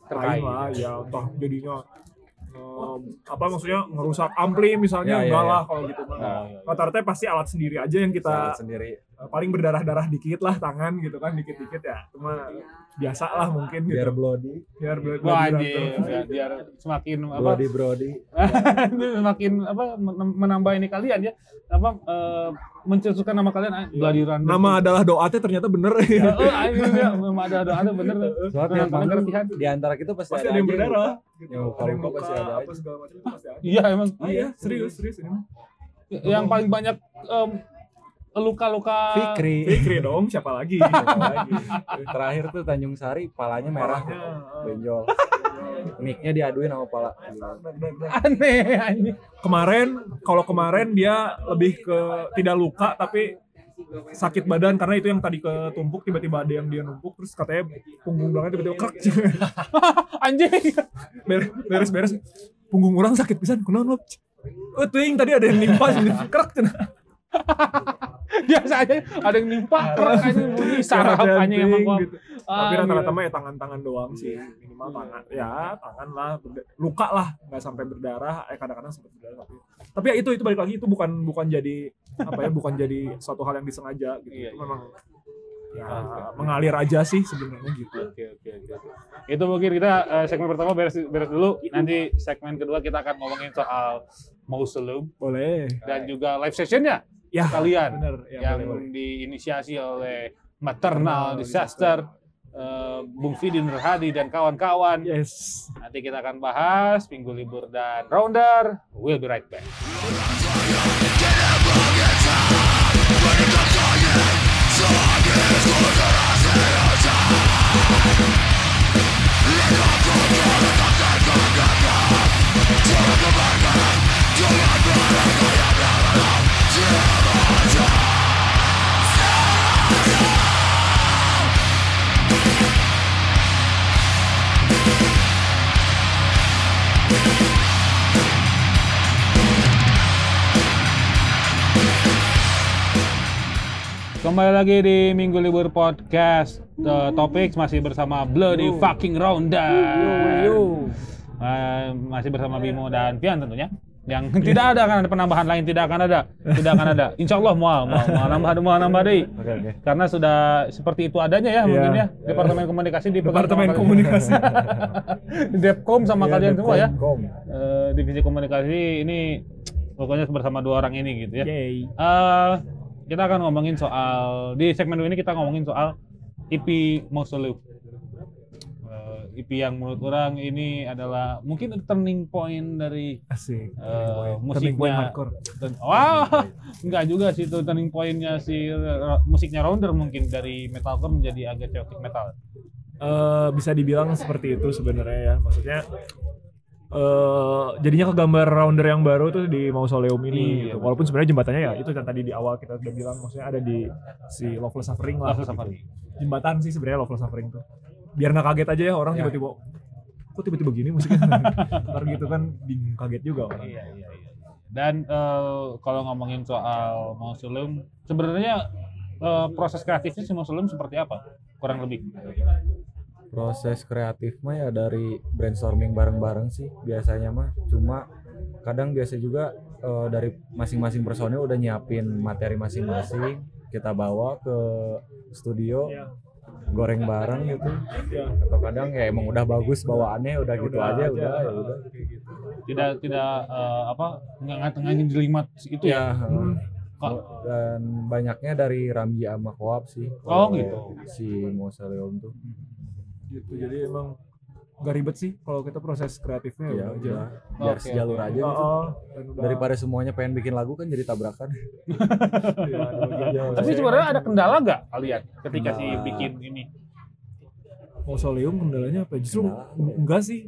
Speaker 2: Terkait.
Speaker 3: lain lah ya entah jadinya eh, apa maksudnya ngerusak ampli misalnya
Speaker 5: Ya, ya,
Speaker 3: enggak
Speaker 5: ya.
Speaker 3: lah kalau gitu mah
Speaker 2: Oh, iya.
Speaker 3: rata-rata pasti alat sendiri aja yang kita
Speaker 5: Salah sendiri.
Speaker 3: Eh, paling berdarah-darah dikit lah tangan gitu kan dikit-dikit ya cuma biasa lah mungkin gitu
Speaker 5: Biar bloody,
Speaker 3: biar bela-
Speaker 5: Iya.
Speaker 2: Wah
Speaker 3: bela-
Speaker 2: anjing, biar, biar semakin apa
Speaker 5: bloody brody.
Speaker 2: itu semakin apa men- menambah ini kalian ya apa eh, mencetuskan nama kalian ah, Bloody Run
Speaker 3: nama adalah doanya ternyata bener
Speaker 2: Eh,
Speaker 5: Iya,
Speaker 2: eh, ah, ini dia, nama ada ada ada bener
Speaker 5: Soalnya tiap
Speaker 2: Nonton
Speaker 5: manggung
Speaker 2: latihan.
Speaker 5: di antara kita pasti,
Speaker 3: pasti ada yang
Speaker 5: aja
Speaker 3: berdarah gitu. ada yang
Speaker 5: Yang luka-luka
Speaker 3: luka
Speaker 5: pasti ada
Speaker 3: apa
Speaker 5: aja.
Speaker 3: segala macam itu pasti ada
Speaker 2: iya emang
Speaker 3: Ah, iya serius serius ini mah
Speaker 2: yang paling banyak em, luka-luka
Speaker 5: Fikri.
Speaker 3: Fikri dong siapa lagi
Speaker 5: Lagi. Terakhir tuh Tanjung Sari palanya merah
Speaker 3: Parahnya, eh,
Speaker 5: benjol. Mic-nya diaduin sama pala.
Speaker 3: dar- dar- dar.
Speaker 2: aneh anjing
Speaker 3: kemarin kalau kemarin dia lebih ke tidak luka tapi sakit badan karena itu yang tadi ketumpuk tiba-tiba ada yang dia numpuk terus katanya punggung belakangnya tiba-tiba krek
Speaker 2: anjing
Speaker 3: Ber- beres-beres punggung orang sakit pisan kunaon lo oh ting tadi ada yang nimpa sini kerak cenah
Speaker 2: biasanya ada yang nimpa kerak anjing bunyi saraf anjing
Speaker 3: Ting,
Speaker 2: emang gua
Speaker 3: gitu. tapi rata-rata mah ya tangan-tangan doang sih minimal tangan ya tangan lah berde- luka lah nggak sampai berdarah eh kadang-kadang sempat berdarah tapi tapi ya itu itu balik lagi itu bukan bukan jadi apa ya bukan jadi suatu hal yang disengaja gitu
Speaker 2: Iya,
Speaker 3: itu
Speaker 2: iya. Ah,
Speaker 3: memang ya mengalir aja sih sebenarnya gitu
Speaker 2: Oke oke oke. oke. Itu mungkin kita eh, segmen pertama beres beres dulu. Nanti segmen kedua kita akan ngomongin soal mausoleum
Speaker 3: boleh
Speaker 2: dan juga live sessionnya
Speaker 3: ya
Speaker 2: kalian.
Speaker 3: bener ya
Speaker 2: yang
Speaker 3: boleh, boleh.
Speaker 2: diinisiasi oleh maternal disaster eh, Bung Fidin Nurhadi dan kawan-kawan.
Speaker 3: Ya. yes
Speaker 2: Nanti kita akan bahas minggu libur dan rounder. We'll be right back. Kembali lagi di minggu libur podcast The Topics masih bersama Bloody Fucking Rounder. Eh, masih bersama Bimo dan Pian tentunya. yang tidak ada akan ada penambahan lain tidak akan ada tidak akan ada insya Allah mau mau mau nambah mau nambah deh
Speaker 5: Oke oke.
Speaker 2: karena sudah seperti itu adanya ya
Speaker 3: Iya.
Speaker 2: mungkin ya departemen komunikasi di
Speaker 3: Departemen Komunikasi.
Speaker 2: Depkom sama kalian semua ya
Speaker 5: Kom.
Speaker 2: Eh, divisi komunikasi ini pokoknya bersama dua orang ini gitu ya
Speaker 3: Yay.
Speaker 2: Eh, kita akan ngomongin soal di segmen ini kita ngomongin soal EP Mausoleum. Eh, EP yang menurut orang ini adalah mungkin turning point dari
Speaker 3: Asik.
Speaker 2: eh,
Speaker 3: Turning point
Speaker 2: musiknya.
Speaker 3: hardcore.
Speaker 2: Wah, enggak juga sih itu turning pointnya si eh, musiknya Rounder mungkin dari metalcore menjadi agak chaotic metal.
Speaker 3: Eh, bisa dibilang seperti itu sebenarnya ya. Maksudnya eh jadinya ke gambar rounder yang baru tuh di mausoleum ini
Speaker 2: Iya,
Speaker 3: gitu. Walaupun sebenarnya jembatannya ya itu yang tadi di awal kita udah bilang maksudnya ada di si Loveless Suffering lah. gitu.
Speaker 2: Langsung sama ini.
Speaker 3: Jembatan sih sebenarnya Loveless Suffering tuh. Biar nggak kaget aja ya orang
Speaker 5: Iya.
Speaker 3: tiba-tiba kok tiba-tiba gini musiknya. Ntar gitu kan bingung kaget juga orang.
Speaker 2: Iya, iya, iya. Dan eh, kalau ngomongin soal Mausoleum, sebenarnya eh, proses kreatifnya si Mausoleum seperti apa? Kurang lebih.
Speaker 5: Proses kreatif mah ya dari brainstorming bareng-bareng sih biasanya mah. Cuma kadang biasa juga eh, dari masing-masing personil udah nyiapin materi masing-masing kita bawa ke studio
Speaker 3: Iya.
Speaker 5: goreng bareng gitu
Speaker 3: Iya.
Speaker 5: atau kadang ya emang udah bagus bawaannya udah gitu aja, udah ya udah
Speaker 3: Kayak gitu.
Speaker 2: tidak tidak eh, apa nggak ngatengin jelimat itu ya.
Speaker 5: ya
Speaker 3: Hmm.
Speaker 2: Kok-
Speaker 5: dan banyaknya dari Ramji sama Koap sih
Speaker 2: Oh,
Speaker 3: Iya.
Speaker 5: kalau
Speaker 2: gitu.
Speaker 5: si Mausoleum tuh
Speaker 3: gitu jadi emang gak ribet sih kalau kita proses kreatifnya
Speaker 5: ya
Speaker 3: udah
Speaker 5: udah biar
Speaker 2: Oke,
Speaker 5: sejalur
Speaker 2: oke.
Speaker 5: aja
Speaker 3: gitu. Oh,
Speaker 5: gitu.
Speaker 3: oh, dan udah-
Speaker 5: daripada semuanya pengen bikin lagu kan jadi tabrakan
Speaker 3: Iya, ada bagian-
Speaker 2: Tapi sebenarnya ada kendala nggak kalian ketika si
Speaker 5: Kendala.
Speaker 2: bikin ini?
Speaker 3: mausoleum kendalanya apa justru
Speaker 5: Kendala apa ya?
Speaker 3: enggak sih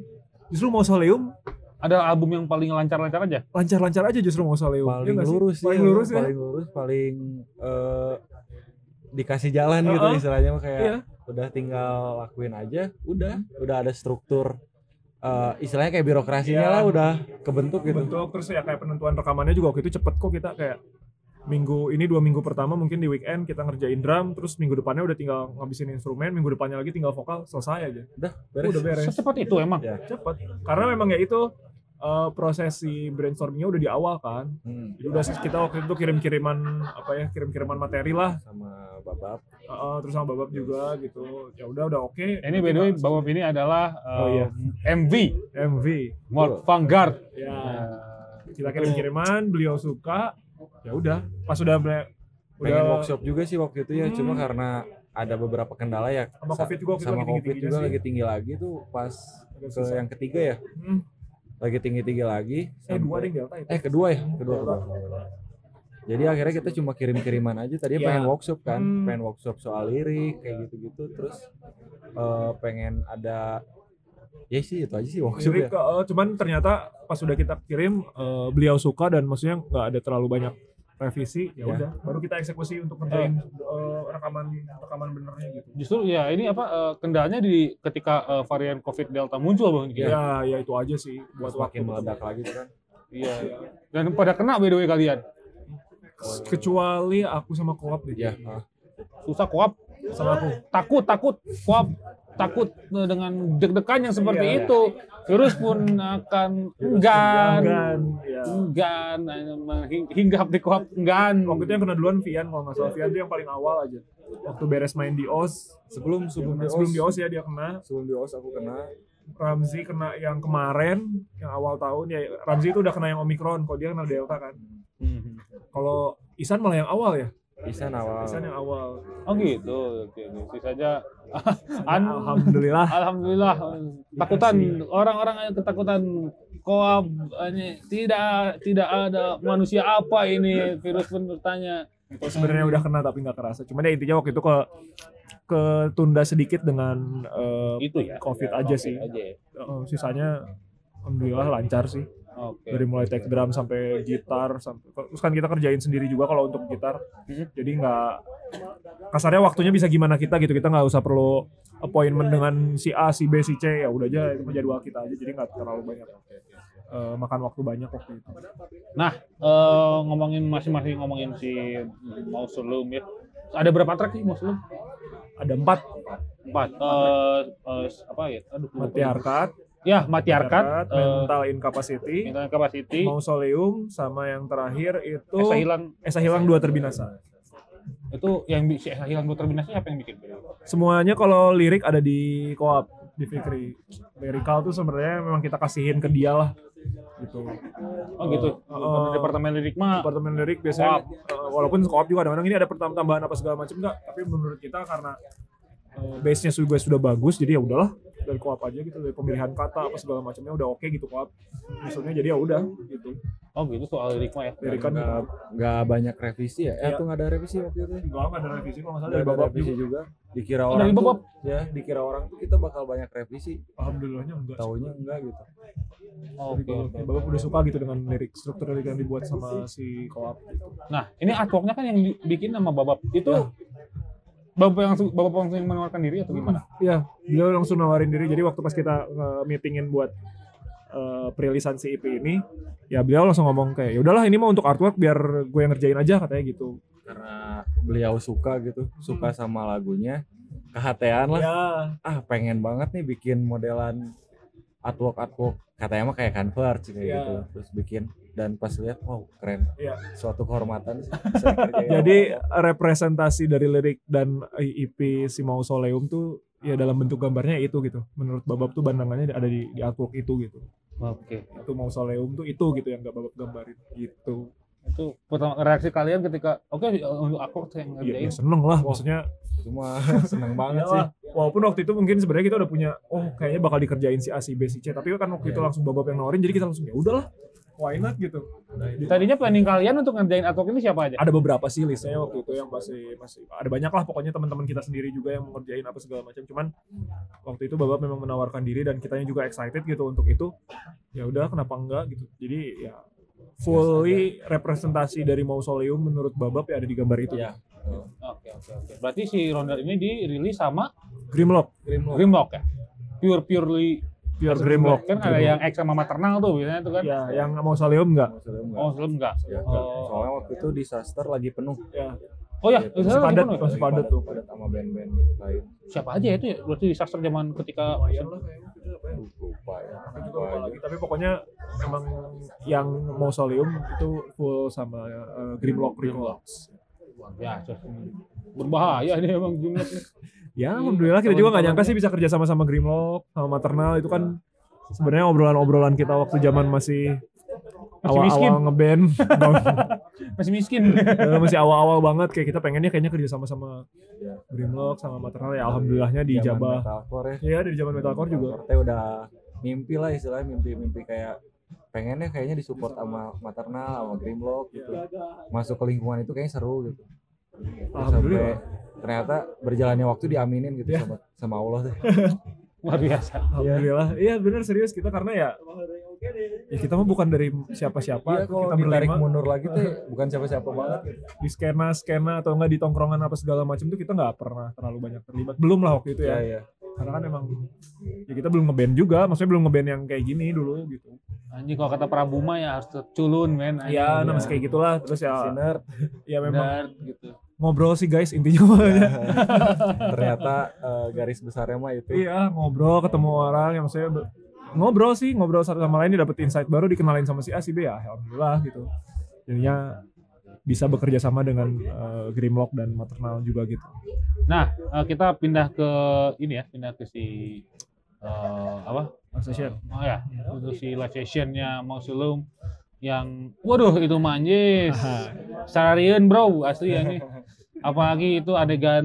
Speaker 3: justru mausoleum
Speaker 2: Ada album yang paling lancar-lancar aja?
Speaker 3: lancar-lancar aja justru mausoleum Iya
Speaker 5: paling
Speaker 3: nggak sih?
Speaker 5: lurus sih,
Speaker 3: paling lurus ya
Speaker 5: paling lurus paling eh, dikasih jalan gitu
Speaker 3: Uh-uh.
Speaker 5: istilahnya mah kayak
Speaker 3: Iya.
Speaker 5: udah tinggal lakuin aja udah udah ada struktur eh, istilahnya kayak birokrasinya
Speaker 3: Iya.
Speaker 5: lah udah kebentuk gitu
Speaker 3: bentuk terus ya kayak penentuan rekamannya juga waktu itu cepet kok kita kayak minggu ini dua minggu pertama mungkin di weekend kita ngerjain drum terus minggu depannya udah tinggal ngabisin instrumen minggu depannya lagi tinggal vokal selesai aja
Speaker 5: udah beres
Speaker 3: udah beres
Speaker 2: Secepat itu emang.
Speaker 3: cepet karena memang ya itu eh, proses si brainstormingnya udah di awal kan
Speaker 5: Hmm,
Speaker 3: Jadi udah kita waktu itu kirim-kiriman apa ya kirim-kiriman materi lah
Speaker 5: sama babab
Speaker 3: Uh, terus sama babab juga gitu ya udah udah oke
Speaker 2: Ini by the way, Bapak ini adalah eh,
Speaker 3: Oh, iya.
Speaker 2: MV
Speaker 3: MV
Speaker 2: Mort Vanguard.
Speaker 3: ya
Speaker 2: Eh,
Speaker 3: kita kirim-kiriman beliau suka ya udah pas udah bre-
Speaker 5: pengen
Speaker 3: udah
Speaker 5: workshop juga sih waktu itu ya
Speaker 3: Hmm.
Speaker 5: cuma karena ada beberapa kendala ya
Speaker 3: Sama
Speaker 5: sa-
Speaker 3: Covid juga waktu itu
Speaker 5: sama
Speaker 3: lagi
Speaker 5: covid
Speaker 3: tinggi-tingginya
Speaker 5: juga
Speaker 3: sih.
Speaker 5: lagi tinggi lagi tuh pas
Speaker 3: agak
Speaker 5: ke
Speaker 3: susah.
Speaker 5: yang ketiga ya
Speaker 3: Hmm.
Speaker 5: lagi tinggi tinggi lagi
Speaker 3: eh dua
Speaker 5: sampai-
Speaker 3: deh delta itu
Speaker 5: eh kedua ya kedua, kedua. jadi akhirnya kita cuma kirim kiriman aja tadinya
Speaker 3: Ya.
Speaker 5: pengen workshop kan
Speaker 3: Hmm.
Speaker 5: pengen workshop soal lirik kayak gitu gitu terus eh, pengen ada ya sih itu aja sih workshop
Speaker 3: Jadi,
Speaker 5: ya
Speaker 3: ke- eh, cuman ternyata pas udah kita kirim eh, beliau suka dan maksudnya nggak ada terlalu banyak revisi ya
Speaker 5: Ya.
Speaker 3: udah baru kita eksekusi untuk ngerjain eh, rekaman rekaman benernya gitu
Speaker 2: Justru ya ini apa eh, kendalanya di ketika eh, varian COVID Delta muncul bang?
Speaker 3: ya
Speaker 2: Iya.
Speaker 3: ya, itu aja sih buat
Speaker 5: terus makin
Speaker 3: waktu
Speaker 5: meledak lagi tuh kan
Speaker 2: Iya. Dan pada kena by the way kalian.
Speaker 3: kecuali aku sama koap deh
Speaker 5: ya ah.
Speaker 2: Susah koap.
Speaker 3: sama aku
Speaker 2: takut takut kuap takut dengan deg-degan yang seperti
Speaker 3: Iya.
Speaker 2: itu virus pun akan enggan
Speaker 3: Enggan, ya.
Speaker 2: enggan menghi- hinggap di kuap enggan
Speaker 3: Waktu itu yang kena duluan Vian kalau nggak salah.
Speaker 5: Iya.
Speaker 3: Vian tuh yang paling awal aja. Waktu beres main di OS,
Speaker 5: sebelum sebelum Iya, di
Speaker 3: sebelum
Speaker 5: OS-
Speaker 3: di OS ya dia kena.
Speaker 5: sebelum di OS aku kena
Speaker 3: Ramzi kena yang kemarin, yang awal tahun ya. Ramzi itu udah kena yang Omikron, kalau dia kena Delta kan.
Speaker 2: Mhm.
Speaker 3: Kalau Isan malah yang awal ya.
Speaker 5: Isan awal
Speaker 3: Isan yang awal.
Speaker 2: oh gitu oke oke. saja An-
Speaker 3: Alhamdulillah.
Speaker 2: alhamdulillah takutan
Speaker 3: ya.
Speaker 2: orang-orang yang ketakutan koap ini tidak tidak ada manusia apa ini virus pun bertanya
Speaker 3: Itu sebenarnya udah kena tapi nggak kerasa. Cuman ya intinya waktu itu ke ketunda sedikit dengan eh,
Speaker 2: itu ya
Speaker 3: COVID aja sih.
Speaker 2: aja ya.
Speaker 5: Iya.
Speaker 3: eh, sisanya alhamdulillah lancar sih.
Speaker 2: oke
Speaker 3: dari mulai take drum sampai gitar sampai terus kan kita kerjain sendiri juga kalau untuk gitar
Speaker 2: Mhm.
Speaker 3: jadi nggak kasarnya waktunya bisa gimana kita gitu kita nggak usah perlu appointment dengan si A si B si C ya udah aja itu jadwal kita aja jadi nggak terlalu banyak eh, makan waktu banyak waktu itu
Speaker 2: Eh, ngomongin masing-masing ngomongin si Mausoleum ya. Ada berapa track nih Mausoleum?
Speaker 3: ada empat
Speaker 2: Empat. Eh, eh, apa ya? Aduh. lupa.
Speaker 3: mati harkat
Speaker 2: ya matiarkat
Speaker 3: Darat, mental incapacity,
Speaker 2: mental capacity
Speaker 3: mausoleum, sama yang terakhir itu
Speaker 2: Esa hilang
Speaker 3: Esa hilang dua terbinasa.
Speaker 2: itu yang bi- si Esa hilang dua terbinasa siapa yang bikin
Speaker 3: Semuanya kalau lirik ada di koap di Fikri. Lyrical tuh sebenarnya memang kita kasihin ke dia lah gitu.
Speaker 2: oh gitu
Speaker 3: Eh, eh,
Speaker 2: departemen lirik mah
Speaker 3: Departemen lirik biasanya
Speaker 2: Koap.
Speaker 3: eh, walaupun koap juga kadang-kadang ini ada pertam- tambahan apa segala macam enggak, tapi menurut kita karena eh, base-nya juga sudah bagus jadi ya udahlah dari koap aja gitu dari pemilihan kata apa segala macamnya udah oke gitu koap. Maksudnya jadi ya udah gitu.
Speaker 2: oh gitu soal lirik mah ya
Speaker 3: Lirikan
Speaker 5: Nggak-
Speaker 3: gitu.
Speaker 5: nggak banyak revisi ya
Speaker 3: Iya.
Speaker 5: eh, atau nggak ada revisi waktu itu ya?
Speaker 3: Enggak lama ada revisi kalau nggak salah
Speaker 5: Nggak
Speaker 3: dari
Speaker 5: ada
Speaker 3: babak
Speaker 5: revisi
Speaker 3: juga.
Speaker 5: juga dikira
Speaker 2: Oh,
Speaker 5: orang
Speaker 2: dari Babab.
Speaker 5: tuh, ya dikira orang tuh kita bakal banyak revisi
Speaker 3: Alhamdulillahnya enggak. sih.
Speaker 5: taunya enggak gitu
Speaker 2: Oh, oke
Speaker 3: Jadi kalau
Speaker 2: oke.
Speaker 3: Bapak udah suka gitu dengan lirik struktur lirik yang dibuat sama si Koap.
Speaker 2: nah ini artworknya kan yang dibikin sama babab itu babab yang langsung babab langsung yang menawarkan diri atau gimana
Speaker 3: Iya, beliau langsung nawarin diri. Jadi waktu pas kita eh, meetingin buat eh, perilisan si IP ini, ya beliau langsung ngomong kayak, ya udahlah ini mah untuk artwork biar gue yang ngerjain aja katanya gitu.
Speaker 5: karena beliau suka gitu suka
Speaker 3: Hmm.
Speaker 5: sama lagunya kehatean lah
Speaker 3: Ya,
Speaker 5: ah pengen banget nih bikin modelan artwork artwork katanya mah kayak converge kayak
Speaker 3: Iya.
Speaker 5: gitu terus bikin dan pas lihat wow keren
Speaker 3: Iya.
Speaker 5: suatu kehormatan sih bisa dikerjain
Speaker 3: jadi representasi dari lirik dan IP si Mausoleum tuh ya dalam bentuk gambarnya itu gitu. Menurut Babab tuh pandangannya ada di, di artwork itu gitu.
Speaker 2: oke
Speaker 3: Itu Mausoleum tuh itu gitu yang gak Babab gambarin gitu.
Speaker 2: itu pertama reaksi kalian ketika oke untuk artwork saya yang
Speaker 3: Iya,
Speaker 2: ngerjain
Speaker 3: ya seneng lah maksudnya
Speaker 5: cuma seneng banget
Speaker 3: Iya
Speaker 5: sih
Speaker 3: lah. Walaupun waktu itu mungkin sebenarnya kita udah punya, oh kayaknya bakal dikerjain si A, si B, si C. Tapi kan waktu itu
Speaker 5: Iya.
Speaker 3: langsung babab yang nawarin, jadi kita langsung ya udahlah, why not gitu.
Speaker 2: tadinya planning kalian untuk ngerjain artwork ini siapa aja
Speaker 3: Ada beberapa sih listnya waktu itu yang masih masih ada banyak lah pokoknya teman-teman kita sendiri juga yang mengerjain apa segala macam. Cuman waktu itu babab memang menawarkan diri dan kitanya juga excited gitu untuk itu. Ya udah kenapa enggak gitu. Jadi ya fully representasi dari mausoleum menurut babab ya ada di gambar itu.
Speaker 5: Iya.
Speaker 2: oke oke oke berarti si Rondel ini dirilis sama
Speaker 3: Grimlock,
Speaker 2: Grimlock ya pure purely
Speaker 3: pure Grimlock.
Speaker 2: kan ada yang X sama maternal tuh biasanya tuh kan
Speaker 3: ya yang mausoleum enggak?
Speaker 5: Maksudnya enggak.
Speaker 2: oh sebelum enggak
Speaker 5: Ya, enggak.
Speaker 2: oh,
Speaker 5: soalnya waktu itu disaster lagi penuh
Speaker 2: oh ya
Speaker 5: Masih
Speaker 2: misalnya lagi penuh ya?
Speaker 3: padat, Iya, Masih
Speaker 5: Lagi
Speaker 3: padat tuh.
Speaker 5: padat sama band-band lain
Speaker 2: siapa aja ya itu ya berarti disaster zaman ketika
Speaker 3: Lumayan lah kayaknya kita apa ya.
Speaker 5: Aduh, lupa ya
Speaker 3: Aku juga
Speaker 5: Lupa
Speaker 3: lupa
Speaker 5: aja.
Speaker 3: lagi, tapi pokoknya emang yang mausoleum itu full sama eh,
Speaker 5: Hmm,
Speaker 3: Grimlock Records.
Speaker 2: ya berbahaya ini emang Grimlock nih.
Speaker 3: Ya,
Speaker 5: Iya,
Speaker 3: alhamdulillah kita juga
Speaker 2: Teman-teman.
Speaker 3: nggak
Speaker 5: ya.
Speaker 3: nyangka sih bisa kerja sama sama Grimlock sama Maternal itu
Speaker 5: Iya.
Speaker 3: kan sebenarnya obrolan-obrolan kita waktu zaman masih
Speaker 2: miskin.
Speaker 3: awal-awal ngeband
Speaker 2: masih miskin
Speaker 3: Eh, masih awal-awal banget kayak kita pengennya kayaknya kerja sama sama
Speaker 5: Iya.
Speaker 3: Grimlock sama Maternal ya alhamdulillahnya
Speaker 5: Zaman
Speaker 3: dijabah.
Speaker 5: metalcore ya
Speaker 3: Iya, dari zaman metalcore juga.
Speaker 5: Metalcore udah mimpi lah istilahnya mimpi-mimpi kayak pengennya kayaknya disupport sama maternal sama Grimlock gitu masuk ke lingkungan itu kayaknya seru gitu Terus
Speaker 3: Alhamdulillah. Iya.
Speaker 5: sampai ternyata berjalannya waktu diaminin gitu sama sama Allah tuh
Speaker 2: luar biasa
Speaker 3: Alhamdulillah. Iya benar serius kita karena ya ya kita mah bukan dari
Speaker 5: Iya
Speaker 3: siapa-siapa
Speaker 5: kalau
Speaker 3: kita
Speaker 5: ditarik
Speaker 3: berlima
Speaker 5: mundur lagi tuh bukan siapa-siapa banget gitu.
Speaker 3: di skena skena atau enggak di tongkrongan apa segala macam tuh kita nggak pernah terlalu banyak terlibat belum lah waktu itu
Speaker 5: Iya
Speaker 3: ya
Speaker 5: iya.
Speaker 3: karena kan emang ya kita belum ngeband juga maksudnya belum ngeband yang kayak gini dulu gitu
Speaker 2: anjing kalau kata Prabu mah ya harus culun men anjing.
Speaker 3: ya nama kayak gitulah terus ya
Speaker 5: Sinner
Speaker 3: ya memang
Speaker 2: Nerd, gitu
Speaker 3: ngobrol sih guys intinya mah ya.
Speaker 5: ternyata eh, garis besarnya mah itu.
Speaker 3: iya ngobrol ketemu orang yang maksudnya be- ngobrol sih ngobrol satu sama lain dapet insight baru dikenalin sama si A si B ya alhamdulillah gitu jadinya bisa bekerja sama dengan eh, Grimlock dan Maternal juga gitu
Speaker 2: nah eh, kita pindah ke ini ya pindah ke si eh, apa
Speaker 3: Association
Speaker 2: Oh ya, untuk si live sessionnya Mausoleum yang waduh itu manjis. Sararian bro, asli ya ini. Apalagi itu adegan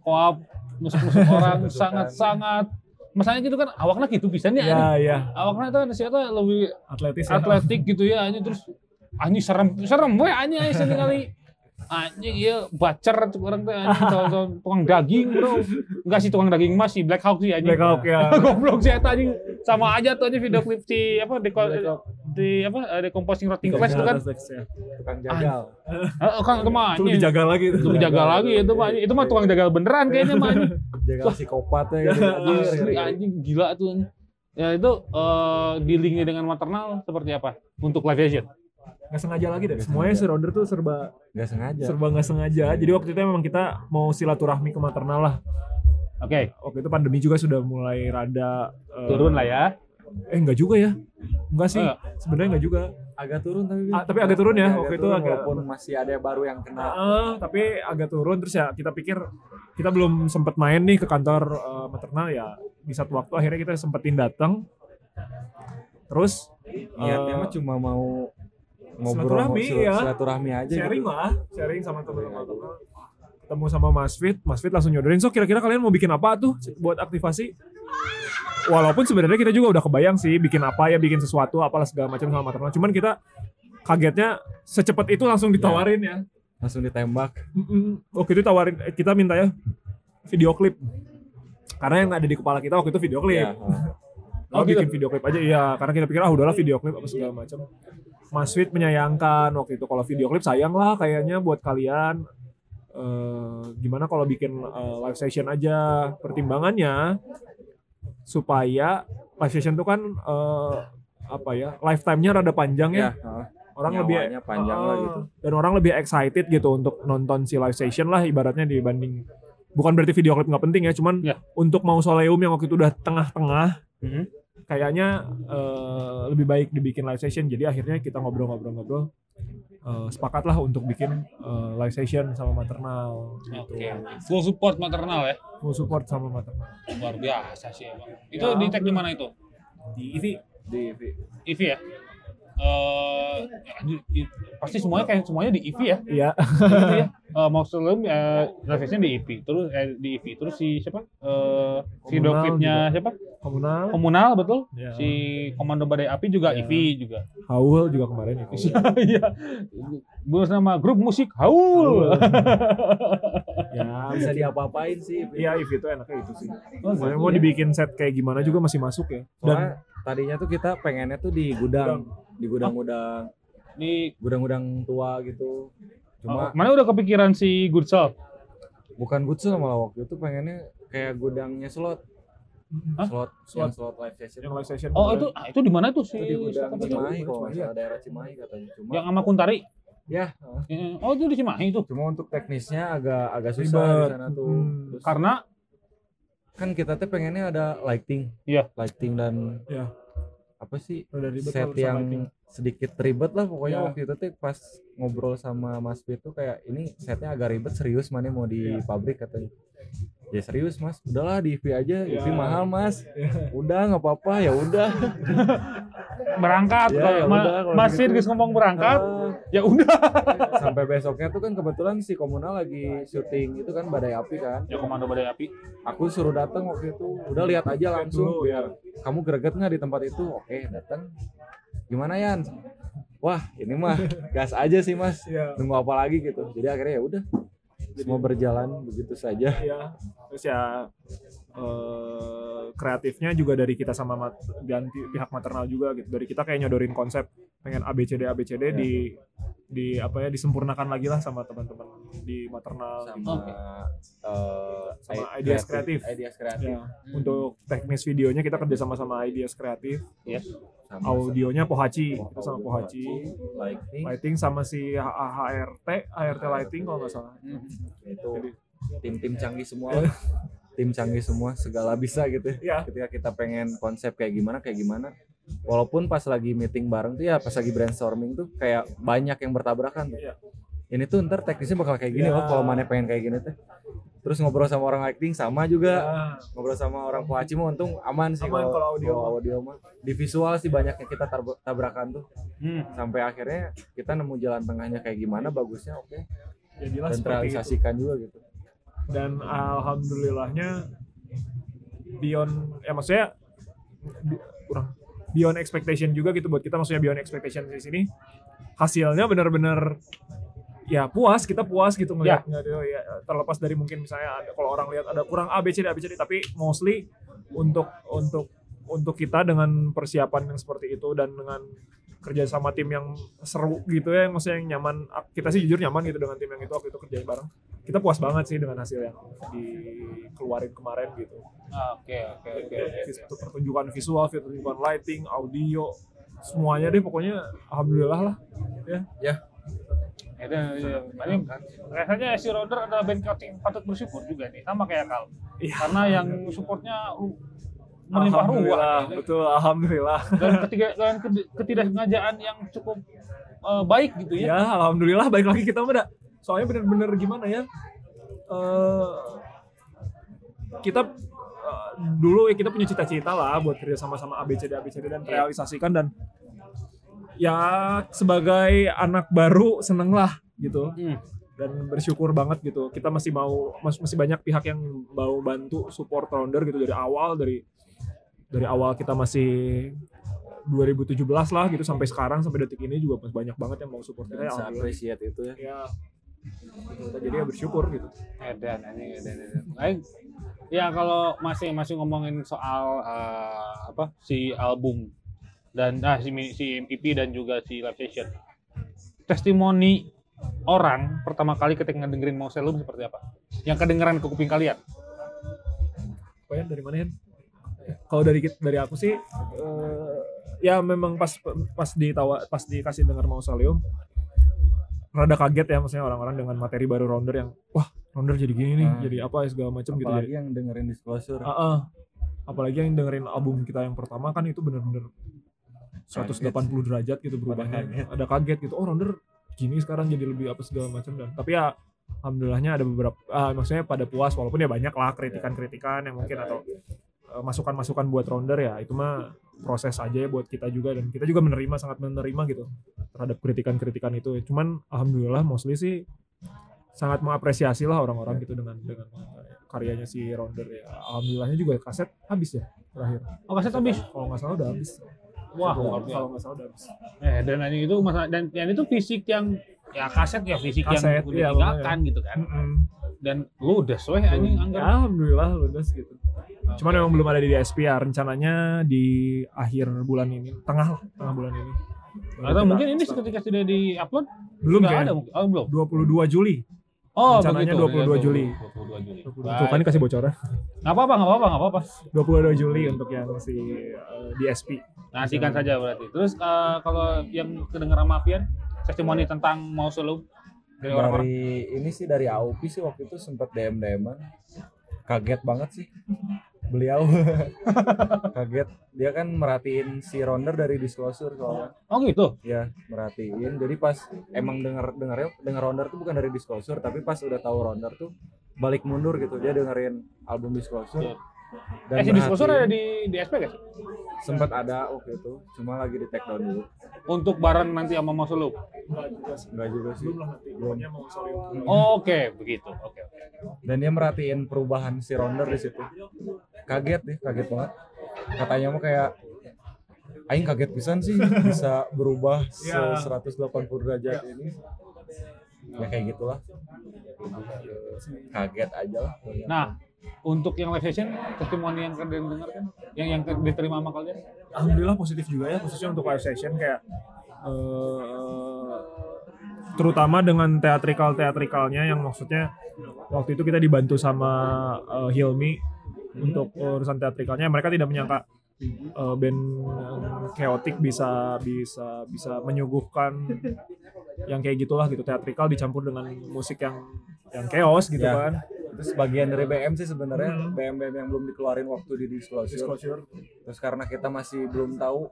Speaker 2: koap nusuk-nusuk orang
Speaker 3: kan.
Speaker 2: sangat-sangat Masanya gitu kan awaknya gitu bisa nih.
Speaker 3: ya ya
Speaker 2: Awaknya itu kan ternyata lebih
Speaker 3: atletis ya.
Speaker 2: atletik gitu ya anjing terus anjing serem serem we anjing anjing sering kali anjing iya bacer tuh orang teh anjing calon-calon tukang daging bro enggak sih tukang daging masih black hawk sih anjing
Speaker 3: Black Hawk ya
Speaker 2: goblok sih eta anjing sama aja tuh anjing video klip si apa di, di apa eh, decomposing rotting
Speaker 3: Iya,
Speaker 2: flash itu kan
Speaker 5: Tukang jagal.
Speaker 2: Heeh, kan itu mah
Speaker 3: Itu
Speaker 2: anjing
Speaker 3: dijaga lagi itu.
Speaker 2: itu dijaga lagi itu mah anjing. itu mah tukang jagal beneran kayaknya mah anjing
Speaker 5: Jagal psikopatnya gitu.
Speaker 3: Iya,
Speaker 5: Anjir,
Speaker 2: Asli
Speaker 5: ngeri-ngeri.
Speaker 2: anjing gila tuh anjing. ya itu eh, dealingnya dengan maternal seperti apa untuk live vision
Speaker 3: Nggak sengaja lagi deh.
Speaker 5: Nggak
Speaker 3: Semuanya
Speaker 5: sengaja.
Speaker 3: surrender tuh serba
Speaker 5: Gak sengaja.
Speaker 3: serba nggak sengaja. Jadi waktu itu memang kita mau silaturahmi ke maternal lah.
Speaker 2: oke
Speaker 3: Waktu itu pandemi juga sudah mulai rada eh,
Speaker 2: turun lah ya
Speaker 3: eh nggak juga ya nggak sih
Speaker 2: Eh.
Speaker 3: sebenarnya nggak juga
Speaker 5: agak turun tapi
Speaker 3: Ah, tapi agak turun ya, waktu itu
Speaker 5: turun,
Speaker 3: agak- Ah.
Speaker 5: walaupun masih ada yang baru yang kena
Speaker 3: Heeh, tapi agak turun terus ya kita pikir kita belum sempat main nih ke kantor eh, maternal ya di satu waktu akhirnya kita sempetin datang terus
Speaker 5: niatnya
Speaker 3: eh,
Speaker 5: mah cuma mau ngobrol
Speaker 3: silaturahmi,
Speaker 5: ngobrol-
Speaker 3: ya.
Speaker 5: silaturahmi aja
Speaker 3: sharing
Speaker 5: gitu.
Speaker 3: lah sharing sama teman-teman lokal. ketemu sama Mas Fit Mas Fit langsung nyodorin so kira-kira kalian mau bikin apa tuh buat aktivasi walaupun sebenarnya kita juga udah kebayang sih bikin apa ya bikin sesuatu apalah segala macam sama maternal cuman kita kagetnya secepat itu langsung ditawarin ya
Speaker 5: langsung ditembak
Speaker 3: Mm-mm. waktu itu tawarin eh, kita minta ya video klip karena yang ada di kepala kita waktu itu video klip
Speaker 5: ya, heeh.
Speaker 3: Oh, bikin video klip aja iya karena kita pikir ah udahlah video klip apa segala macam Mas Fit menyayangkan waktu itu kalau video klip sayang lah kayaknya buat kalian Eh, gimana kalau bikin eh, live session aja pertimbangannya supaya live session tuh kan eh, apa ya lifetime-nya rada panjang ya
Speaker 5: ya heeh.
Speaker 3: orang lebih
Speaker 5: Nyawanya panjang lah
Speaker 3: Ah,
Speaker 5: gitu.
Speaker 3: dan orang lebih excited gitu untuk nonton si live session lah ibaratnya dibanding bukan berarti video klip nggak penting ya cuman
Speaker 5: Iya.
Speaker 2: Ya.
Speaker 3: untuk mausoleum yang waktu itu udah tengah-tengah
Speaker 2: Mhm.
Speaker 3: kayaknya eh, lebih baik dibikin live session jadi akhirnya kita ngobrol-ngobrol-ngobrol eh, sepakatlah untuk bikin eh, live session sama maternal gitu
Speaker 2: Oke. Full support maternal ya.
Speaker 3: full support sama maternal
Speaker 2: Luar biasa sih emang. Itu
Speaker 3: Ya.
Speaker 2: di tag di mana itu?
Speaker 3: di ini
Speaker 5: di di-
Speaker 2: IV ya? Eh, ya, di- di- pasti semuanya kayak semuanya di IV ya.
Speaker 3: iya
Speaker 2: Gitu ya. Eh, Mausoleum eh, grafisnya di IV, terus eh, di IV, terus si siapa? Eh, si
Speaker 3: Komunal
Speaker 2: doklipnya siapa?
Speaker 3: komunal
Speaker 2: Komunal betul.
Speaker 3: ya.
Speaker 2: Si Komando Badai Api juga
Speaker 3: Ya.
Speaker 2: IV juga.
Speaker 3: Haul juga kemarin itu
Speaker 2: Iya. Terus nama grup musik Haul.
Speaker 3: ya
Speaker 5: bisa diapa-apain sih
Speaker 3: Iya, if itu enaknya itu sih.
Speaker 2: Oh,
Speaker 3: Mau mau dibikin set kayak gimana juga masih masuk ya. Dan
Speaker 5: Soalnya tadinya tuh kita pengennya tuh di gudang, di gudang-gudang,
Speaker 2: Di
Speaker 5: gudang-gudang tua gitu.
Speaker 3: Oh.
Speaker 2: oh,
Speaker 5: Cuma
Speaker 2: mana udah kepikiran si Goodsell?
Speaker 5: bukan Gutsu malah waktu itu pengennya kayak gudangnya slot.
Speaker 2: Hah?
Speaker 5: Slot,
Speaker 3: Slot.
Speaker 5: yang slot live session.
Speaker 3: yang live session
Speaker 2: Oh
Speaker 3: kemarin.
Speaker 2: itu ah, itu di mana tuh si
Speaker 5: Iya. Itu di gudang
Speaker 2: siapa tuh?
Speaker 5: Cimahi kalau nggak
Speaker 3: Cimahi ya?
Speaker 5: salah daerah Cimahi katanya. Cuma
Speaker 2: yang sama Kuntari.
Speaker 5: ya,
Speaker 2: Eh, Oh itu di Cimahi itu.
Speaker 5: cuma untuk teknisnya agak agak susah
Speaker 3: Ribet.
Speaker 5: di sana tuh.
Speaker 3: Hmm.
Speaker 5: Terus
Speaker 2: Karena
Speaker 5: kan kita tuh pengennya ada lighting.
Speaker 2: Iya.
Speaker 5: Lighting dan
Speaker 3: Iya.
Speaker 5: apa sih
Speaker 3: Udah ribet
Speaker 5: set
Speaker 3: kalau urusan lighting.
Speaker 5: yang sedikit ribet lah pokoknya
Speaker 3: Ya.
Speaker 5: waktu itu tuh pas ngobrol sama Mas Pi tuh kayak ini setnya agak ribet serius mana mau di
Speaker 3: Ya.
Speaker 5: pabrik katanya ya serius mas udahlah di IV aja
Speaker 3: Ya.
Speaker 5: IV mahal mas
Speaker 3: Iya.
Speaker 5: udah nggak apa-apa ya udah
Speaker 2: berangkat
Speaker 5: Ya,
Speaker 2: kalau
Speaker 5: ya
Speaker 2: ma-
Speaker 5: udah, kalau
Speaker 2: Mas
Speaker 5: gitu.
Speaker 2: Sirgis ngomong
Speaker 3: Kan?
Speaker 2: berangkat,
Speaker 5: Ah,
Speaker 2: ya udah.
Speaker 5: sampai besoknya tuh kan kebetulan si komunal lagi syuting itu kan badai api kan
Speaker 2: Ya Komando Badai Api.
Speaker 5: aku suruh datang waktu itu udah lihat aja langsung
Speaker 3: ya.
Speaker 5: kamu greget nggak di tempat itu oke datang gimana Yan wah ini mah gas aja sih mas
Speaker 3: Iya.
Speaker 5: nunggu apa lagi gitu jadi akhirnya ya udah semua berjalan begitu saja
Speaker 3: Iya. Terus ya eh, kreatifnya juga dari kita sama mat- dan pi- pihak maternal juga gitu. Dari kita kayak nyodorin konsep pengen ABCD ABCD
Speaker 5: Ya.
Speaker 3: di di apa ya disempurnakan lagi lah sama teman-teman di maternal
Speaker 5: sama
Speaker 2: Oke.
Speaker 5: eh,
Speaker 3: Sama
Speaker 5: i-
Speaker 3: ideas kreatif.
Speaker 5: ideas kreatif
Speaker 3: Ya, untuk teknis videonya kita kerja sama sama Ideas Kreatif,
Speaker 5: sama
Speaker 3: audionya Pohaci,
Speaker 5: Oh,
Speaker 3: kita sama
Speaker 5: audio
Speaker 3: Pohaci,
Speaker 5: lighting
Speaker 3: lighting sama si H- HRT, HRT lighting kalau nggak salah.
Speaker 5: Hmm. itu
Speaker 3: Jadi-
Speaker 5: tim-tim canggih semua lah. tim canggih semua segala bisa gitu
Speaker 3: Iya.
Speaker 5: ketika kita pengen konsep kayak gimana kayak gimana walaupun pas lagi meeting bareng tuh ya pas lagi brainstorming tuh kayak banyak yang bertabrakan tuh.
Speaker 3: Iya.
Speaker 5: ini tuh ntar teknisnya bakal kayak gini
Speaker 3: Iya.
Speaker 5: loh kalau mana pengen kayak gini tuh terus ngobrol sama orang acting sama juga
Speaker 3: Ah,
Speaker 5: ngobrol sama orang Pohaci mah untung aman sih
Speaker 3: Aman kalau audio.
Speaker 5: kalau audio mah di visual sih banyaknya kita tar- tabrakan tuh
Speaker 2: Hmm.
Speaker 5: sampai akhirnya kita nemu jalan tengahnya kayak gimana bagusnya oke
Speaker 3: jadilah seperti
Speaker 5: dan
Speaker 3: itu.
Speaker 5: terrealisasikan juga gitu
Speaker 3: dan alhamdulillahnya beyond ya maksudnya bi- kurang beyond expectation juga gitu buat kita maksudnya beyond expectation di sini hasilnya benar-benar ya puas kita puas gitu ngelihat ya. terlepas dari mungkin misalnya ada, kalau orang lihat ada kurang A B C D A B C D tapi mostly untuk untuk untuk kita dengan persiapan yang seperti itu dan dengan kerja sama tim yang seru gitu ya maksudnya yang nyaman kita sih jujur nyaman gitu dengan tim yang itu waktu itu kerjain bareng kita puas banget sih dengan hasil yang dikeluarin kemarin gitu
Speaker 2: Ah, Oke oke oke.
Speaker 3: Vis- pertunjukan visual pertunjukan lighting audio semuanya deh pokoknya alhamdulillah lah
Speaker 2: Itu iya. rasanya si Roder adalah band chaotic yang patut bersyukur juga nih sama kayak Kal.
Speaker 3: Iya.
Speaker 2: Karena yang supportnya uh, melimpah
Speaker 3: Alhamdulillah,
Speaker 2: ruah. gitu ya.
Speaker 3: betul alhamdulillah.
Speaker 2: Dan ketiga dan keti- ketidaksengajaan yang cukup eh, baik gitu ya.
Speaker 3: Ya, alhamdulillah baik lagi kita mah dah. Soalnya bener-bener gimana ya? eh, kita eh, dulu ya kita punya cita-cita lah buat kerja sama-sama ABCD ABCD dan realisasikan dan ya sebagai anak baru seneng lah gitu
Speaker 2: Hmm.
Speaker 3: dan bersyukur banget gitu kita masih mau mas- masih banyak pihak yang mau bantu support rounder gitu dari awal dari dari awal kita masih 2017 lah gitu sampai sekarang sampai detik ini juga masih banyak banget yang mau support kita ya,
Speaker 5: bisa
Speaker 3: alhamdulillah.
Speaker 5: appreciate itu ya
Speaker 3: ya kita jadi ya bersyukur gitu
Speaker 2: Edan, anjing edan, edan. Lain, ya kalau masih masih ngomongin soal eh, apa si album dan ah si mi- si EP dan juga si live session. Testimoni orang pertama kali ketika ngedengerin mau selum seperti apa? Yang kedengeran ke kuping kalian?
Speaker 3: Poin dari mana Hen? Kalau dari kit- dari aku sih eh, ya memang pas pas ditawa pas dikasih dengar mausoleum rada kaget ya maksudnya orang-orang dengan materi baru rounder yang wah rounder jadi gini nih
Speaker 5: Ah.
Speaker 3: jadi apa segala macam gitu
Speaker 5: apalagi
Speaker 3: jadi
Speaker 5: yang dengerin disclosure
Speaker 3: Ah, ah. apalagi yang dengerin album kita yang pertama kan itu bener-bener 180 derajat gitu berubahnya
Speaker 5: kaget.
Speaker 3: ada kaget gitu oh rounder gini sekarang jadi lebih apa segala macam dan tapi ya alhamdulillahnya ada beberapa ah, maksudnya pada puas walaupun ya banyak lah kritikan-kritikan yang mungkin atau eh, masukan-masukan buat rounder ya itu mah proses aja ya buat kita juga dan kita juga menerima sangat menerima gitu terhadap kritikan-kritikan itu cuman alhamdulillah mostly sih sangat mengapresiasi lah orang-orang gitu dengan dengan karyanya si rounder ya alhamdulillahnya juga kaset habis ya terakhir
Speaker 2: Oh kaset habis?
Speaker 3: kalau nggak salah udah habis
Speaker 2: Wah,
Speaker 3: kalau
Speaker 2: luar biasa.
Speaker 3: kalau nggak salah udah habis
Speaker 2: Eh, dan anjing itu masalah dan yang itu fisik yang ya kaset ya fisik
Speaker 3: Kaset,
Speaker 2: yang udah
Speaker 3: iya,
Speaker 2: ditinggalkan gitu kan.
Speaker 3: Mm-mm.
Speaker 2: Dan lu udah sesuai anjing
Speaker 3: Ya,
Speaker 2: anggar.
Speaker 3: alhamdulillah ludes gitu cuman memang belum ada di DSP ya rencananya di akhir bulan ini tengah lah tengah bulan ini
Speaker 2: atau
Speaker 3: Baru Ya. kita
Speaker 2: mungkin ini
Speaker 3: start.
Speaker 2: ketika sudah di-upload
Speaker 3: belum
Speaker 2: nggak
Speaker 3: kan
Speaker 2: ada mungkin. Oh, belum.
Speaker 3: 22 Juli
Speaker 2: Oh,
Speaker 3: Rencananya
Speaker 2: begitu.
Speaker 3: 22 Juli.
Speaker 2: 22 Juli.
Speaker 3: tuh kan dikasih bocoran
Speaker 2: Nggak apa-apa, nggak apa-apa, nggak apa-apa.
Speaker 3: 22 Juli untuk yang si eh, DSP Iya.
Speaker 2: Nantikan saja berarti. Terus eh, kalau yang kedengeran mafian, testimoni
Speaker 3: Iya.
Speaker 2: tentang mau solo dari orang-orang.
Speaker 5: dari ini sih dari AOP sih waktu itu sempat DM DM kaget banget sih beliau kaget dia kan merhatiin si Ronder dari disclosure soalnya
Speaker 2: Oh gitu.
Speaker 5: ya merhatiin jadi pas emang denger dengernya denger Ronder tuh bukan dari disclosure tapi pas udah tahu Ronder tuh balik mundur gitu dia dengerin album disclosure
Speaker 2: eh si diskusor ada di
Speaker 5: merhatiin.
Speaker 2: di SP gak sih?
Speaker 5: sempat ada waktu itu cuma lagi di take down dulu
Speaker 2: Untuk bareng nanti sama mau solo.
Speaker 5: enggak juga sih belum
Speaker 3: mau sorry
Speaker 2: Oke, begitu. Oke. oke.
Speaker 5: dan dia merhatiin perubahan si Ronder di situ kaget deh kaget banget katanya mah kayak aing kaget pisan sih bisa berubah se
Speaker 3: Ya.
Speaker 5: 180
Speaker 3: Iya.
Speaker 5: derajat ini ya kayak gitulah kaget aja lah pokoknya.
Speaker 2: Nah, untuk yang live session, testimoni yang kalian dengarkan, yang yang ke- diterima sama kalian.
Speaker 3: alhamdulillah positif juga ya khususnya untuk live session kayak eh, terutama dengan teatrikal teatrikalnya yang maksudnya waktu itu kita dibantu sama eh, Hilmi untuk urusan teatrikalnya mereka tidak menyangka eh, band chaotic bisa bisa bisa menyuguhkan yang kayak gitulah gitu teatrikal dicampur dengan musik yang yang chaos gitu
Speaker 5: Ya.
Speaker 3: kan
Speaker 5: itu sebagian dari BM sih sebenarnya
Speaker 3: Hmm.
Speaker 5: BM BM yang belum dikeluarin waktu di disclosure
Speaker 3: disclosure
Speaker 5: terus karena kita masih belum tahu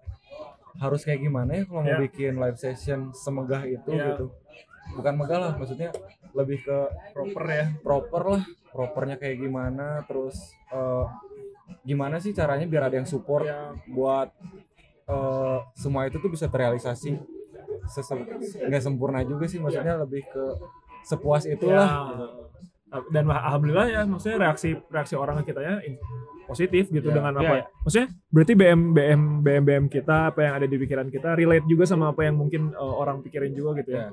Speaker 5: harus kayak gimana ya kalau mau
Speaker 3: Ya.
Speaker 5: bikin live session semegah itu
Speaker 3: Ya.
Speaker 5: gitu bukan megah lah maksudnya lebih ke
Speaker 3: proper ya
Speaker 5: proper lah propernya kayak gimana terus eh, gimana sih caranya biar ada yang support
Speaker 3: Ya.
Speaker 5: buat eh, semua itu tuh bisa terrealisasi Sesem- nggak sempurna juga sih maksudnya lebih ke sepuas itulah
Speaker 3: Ya. Dan alhamdulillah ya maksudnya reaksi reaksi orang ke kitanya in- positif gitu
Speaker 5: Ya.
Speaker 3: dengan
Speaker 2: Ya,
Speaker 3: apa
Speaker 2: ya.
Speaker 3: maksudnya berarti BM BM BM BM kita apa yang ada di pikiran kita relate juga sama apa yang mungkin uh, orang pikirin juga gitu ya.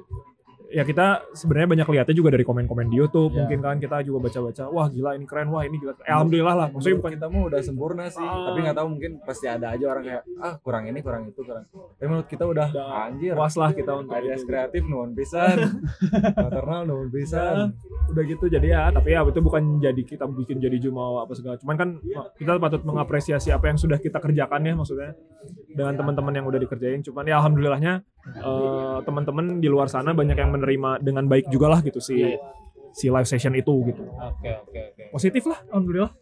Speaker 3: Ya kita sebenarnya banyak lihatnya juga dari komen-komen di YouTube,
Speaker 5: Ya.
Speaker 3: mungkin kan kita juga baca-baca, wah gila ini keren, wah ini gila. Eh, Alhamdulillah lah, maksudnya
Speaker 5: Menurut
Speaker 3: bukan
Speaker 5: kita mah udah sempurna sih
Speaker 3: Ah.
Speaker 5: tapi nggak tahu mungkin pasti ada aja orang kayak ah kurang ini kurang itu kurang tapi menurut kita udah
Speaker 3: Udah
Speaker 5: anjir
Speaker 3: puas lah kita untuk
Speaker 5: Adias
Speaker 3: itu.
Speaker 5: kreatif nuhun pisan maternal nuhun pisan
Speaker 3: udah gitu jadi ya tapi ya itu bukan jadi kita bikin jadi jumawa apa segala cuman kan ma- kita patut mengapresiasi apa yang sudah kita kerjakan ya maksudnya dengan teman-teman yang udah dikerjain cuman ya alhamdulillahnya eh, teman-teman di luar sana banyak yang menerima dengan baik juga lah gitu si si live session itu gitu
Speaker 2: Oke, oke, oke.
Speaker 3: positif lah alhamdulillah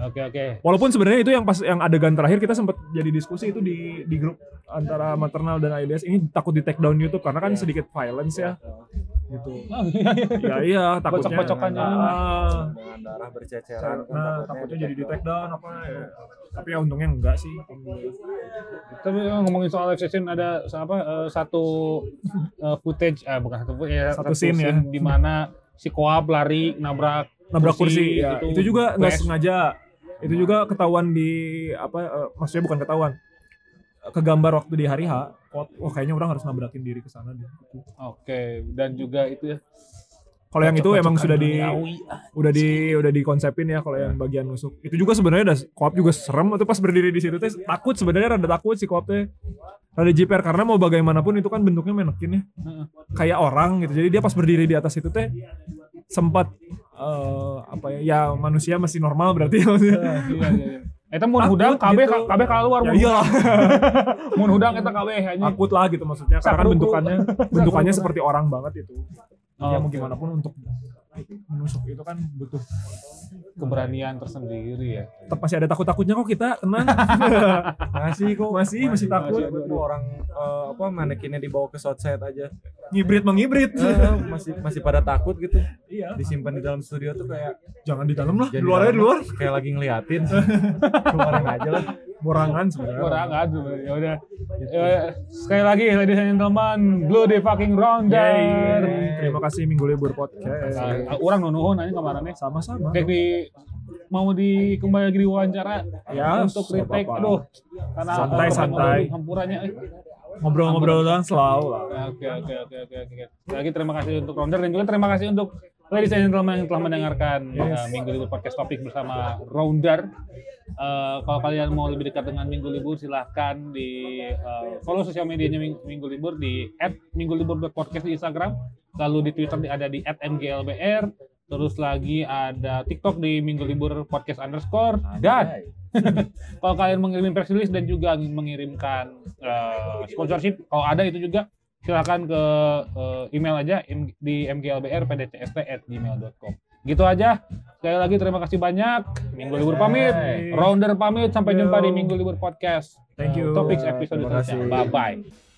Speaker 2: Oke oke.
Speaker 3: Walaupun sebenarnya itu yang pas yang adegan terakhir kita sempat jadi diskusi itu di di grup antara maternal dan IDS ini takut di take down YouTube karena kan sedikit violence ya. Gitu. Ya iya takutnya.
Speaker 2: Kocok-kocokannya.
Speaker 3: Ah,
Speaker 5: dengan darah berceceran kan,
Speaker 3: nah, takutnya jadi di take down apa ya. Tapi ya untungnya enggak sih.
Speaker 2: Tapi eh, ngomongin soal live session ada apa eh, satu eh, footage eh bukan satu footage, ya,
Speaker 3: Satu scene ya.
Speaker 2: di mana si Koab lari nabrak
Speaker 3: Nabrak kursi, ya.
Speaker 2: gitu.
Speaker 3: itu juga nggak
Speaker 2: Crash.
Speaker 3: sengaja. Itu juga ketahuan di apa eh, maksudnya bukan ketahuan. Kegambar waktu di hari H. Wah kayaknya orang harus nabrakin diri ke sana deh.
Speaker 2: Oke, dan juga itu ya. kan. Iya,
Speaker 3: Kalau yang itu emang
Speaker 2: Kocokan
Speaker 3: sudah di
Speaker 2: Duniawi.
Speaker 3: udah di udah dikonsepin ya kalau
Speaker 2: Iya.
Speaker 3: yang bagian nusuk itu juga sebenarnya udah koap juga serem atau pas berdiri di situ teh takut sebenarnya rada takut si koap teh rada jiper karena mau bagaimanapun itu kan bentuknya manekin ya
Speaker 2: Heeh.
Speaker 3: kayak orang gitu jadi dia pas berdiri di atas itu teh sempat eh, apa ya, ya manusia masih normal berarti ya maksudnya.
Speaker 2: Iya, iya, iya. Eta mun
Speaker 3: Takut
Speaker 2: hudang KB
Speaker 3: gitu.
Speaker 2: KB keluar
Speaker 3: ya
Speaker 2: mun.
Speaker 3: iyalah
Speaker 2: Mun hudang eta KB anjing.
Speaker 3: takut lah gitu maksudnya karena kan
Speaker 2: Sakruku.
Speaker 3: bentukannya bentukannya seperti orang banget itu
Speaker 2: Oh,
Speaker 3: ya
Speaker 2: oke.
Speaker 3: mau gimana pun untuk menusuk itu kan butuh
Speaker 2: keberanian tersendiri ya.
Speaker 3: tetap masih ada takut-takutnya kok kita tenang
Speaker 5: masih kok
Speaker 3: masih masih takut
Speaker 5: Masih kok orang eh, apa manekinnya dibawa ke side aja
Speaker 3: ngibrit menghibrit
Speaker 5: Eh, masih masih pada takut gitu
Speaker 3: iya
Speaker 5: disimpan di dalam studio tuh kayak
Speaker 3: jangan di dalam lah di
Speaker 5: jadi
Speaker 3: luar aja di
Speaker 5: lama,
Speaker 3: luar
Speaker 5: kayak lagi ngeliatin keluarin aja lah
Speaker 3: borangan sebenarnya
Speaker 2: Kurang aduh ya udah. Ya, sekali lagi ladies and gentlemen, Blue the fucking rounder.
Speaker 3: Yeay. terima kasih minggu libur podcast
Speaker 2: Nah, orang nu nuhun anjing kemarin ya.
Speaker 3: sama-sama
Speaker 2: Kayak di mau di kembali lagi diwawancara
Speaker 3: Ya,
Speaker 2: untuk
Speaker 3: nggak
Speaker 2: retake
Speaker 3: apa-apa.
Speaker 2: aduh karena
Speaker 3: Santai, santai.
Speaker 2: hampurannya eh.
Speaker 3: ngobrol-ngobrol doang selalu lah
Speaker 2: Oke oke oke oke oke. Sekali Lagi terima kasih untuk Rounder dan juga terima kasih untuk ladies and gentlemen yang telah mendengarkan uh, Minggu Libur Podcast Topik bersama Rounder. Uh, kalau kalian mau lebih dekat dengan Minggu Libur silahkan di uh, follow sosial medianya Ming- Minggu Libur di @minggulibur.podcast di Instagram, lalu di Twitter di- ada di @mglbr, terus lagi ada TikTok di Minggu Libur Podcast underscore dan
Speaker 5: Ya,
Speaker 2: kalau kalian mengirim press release dan juga mengirimkan eh, sponsorship kalau ada itu juga silahkan ke eh, email aja im- di mglbrpdcst@gmail.com gitu aja sekali lagi terima kasih banyak minggu libur pamit rounder pamit sampai jumpa di minggu libur podcast
Speaker 3: Thank you.
Speaker 2: topik episode
Speaker 5: Terima kasih.
Speaker 2: selanjutnya bye bye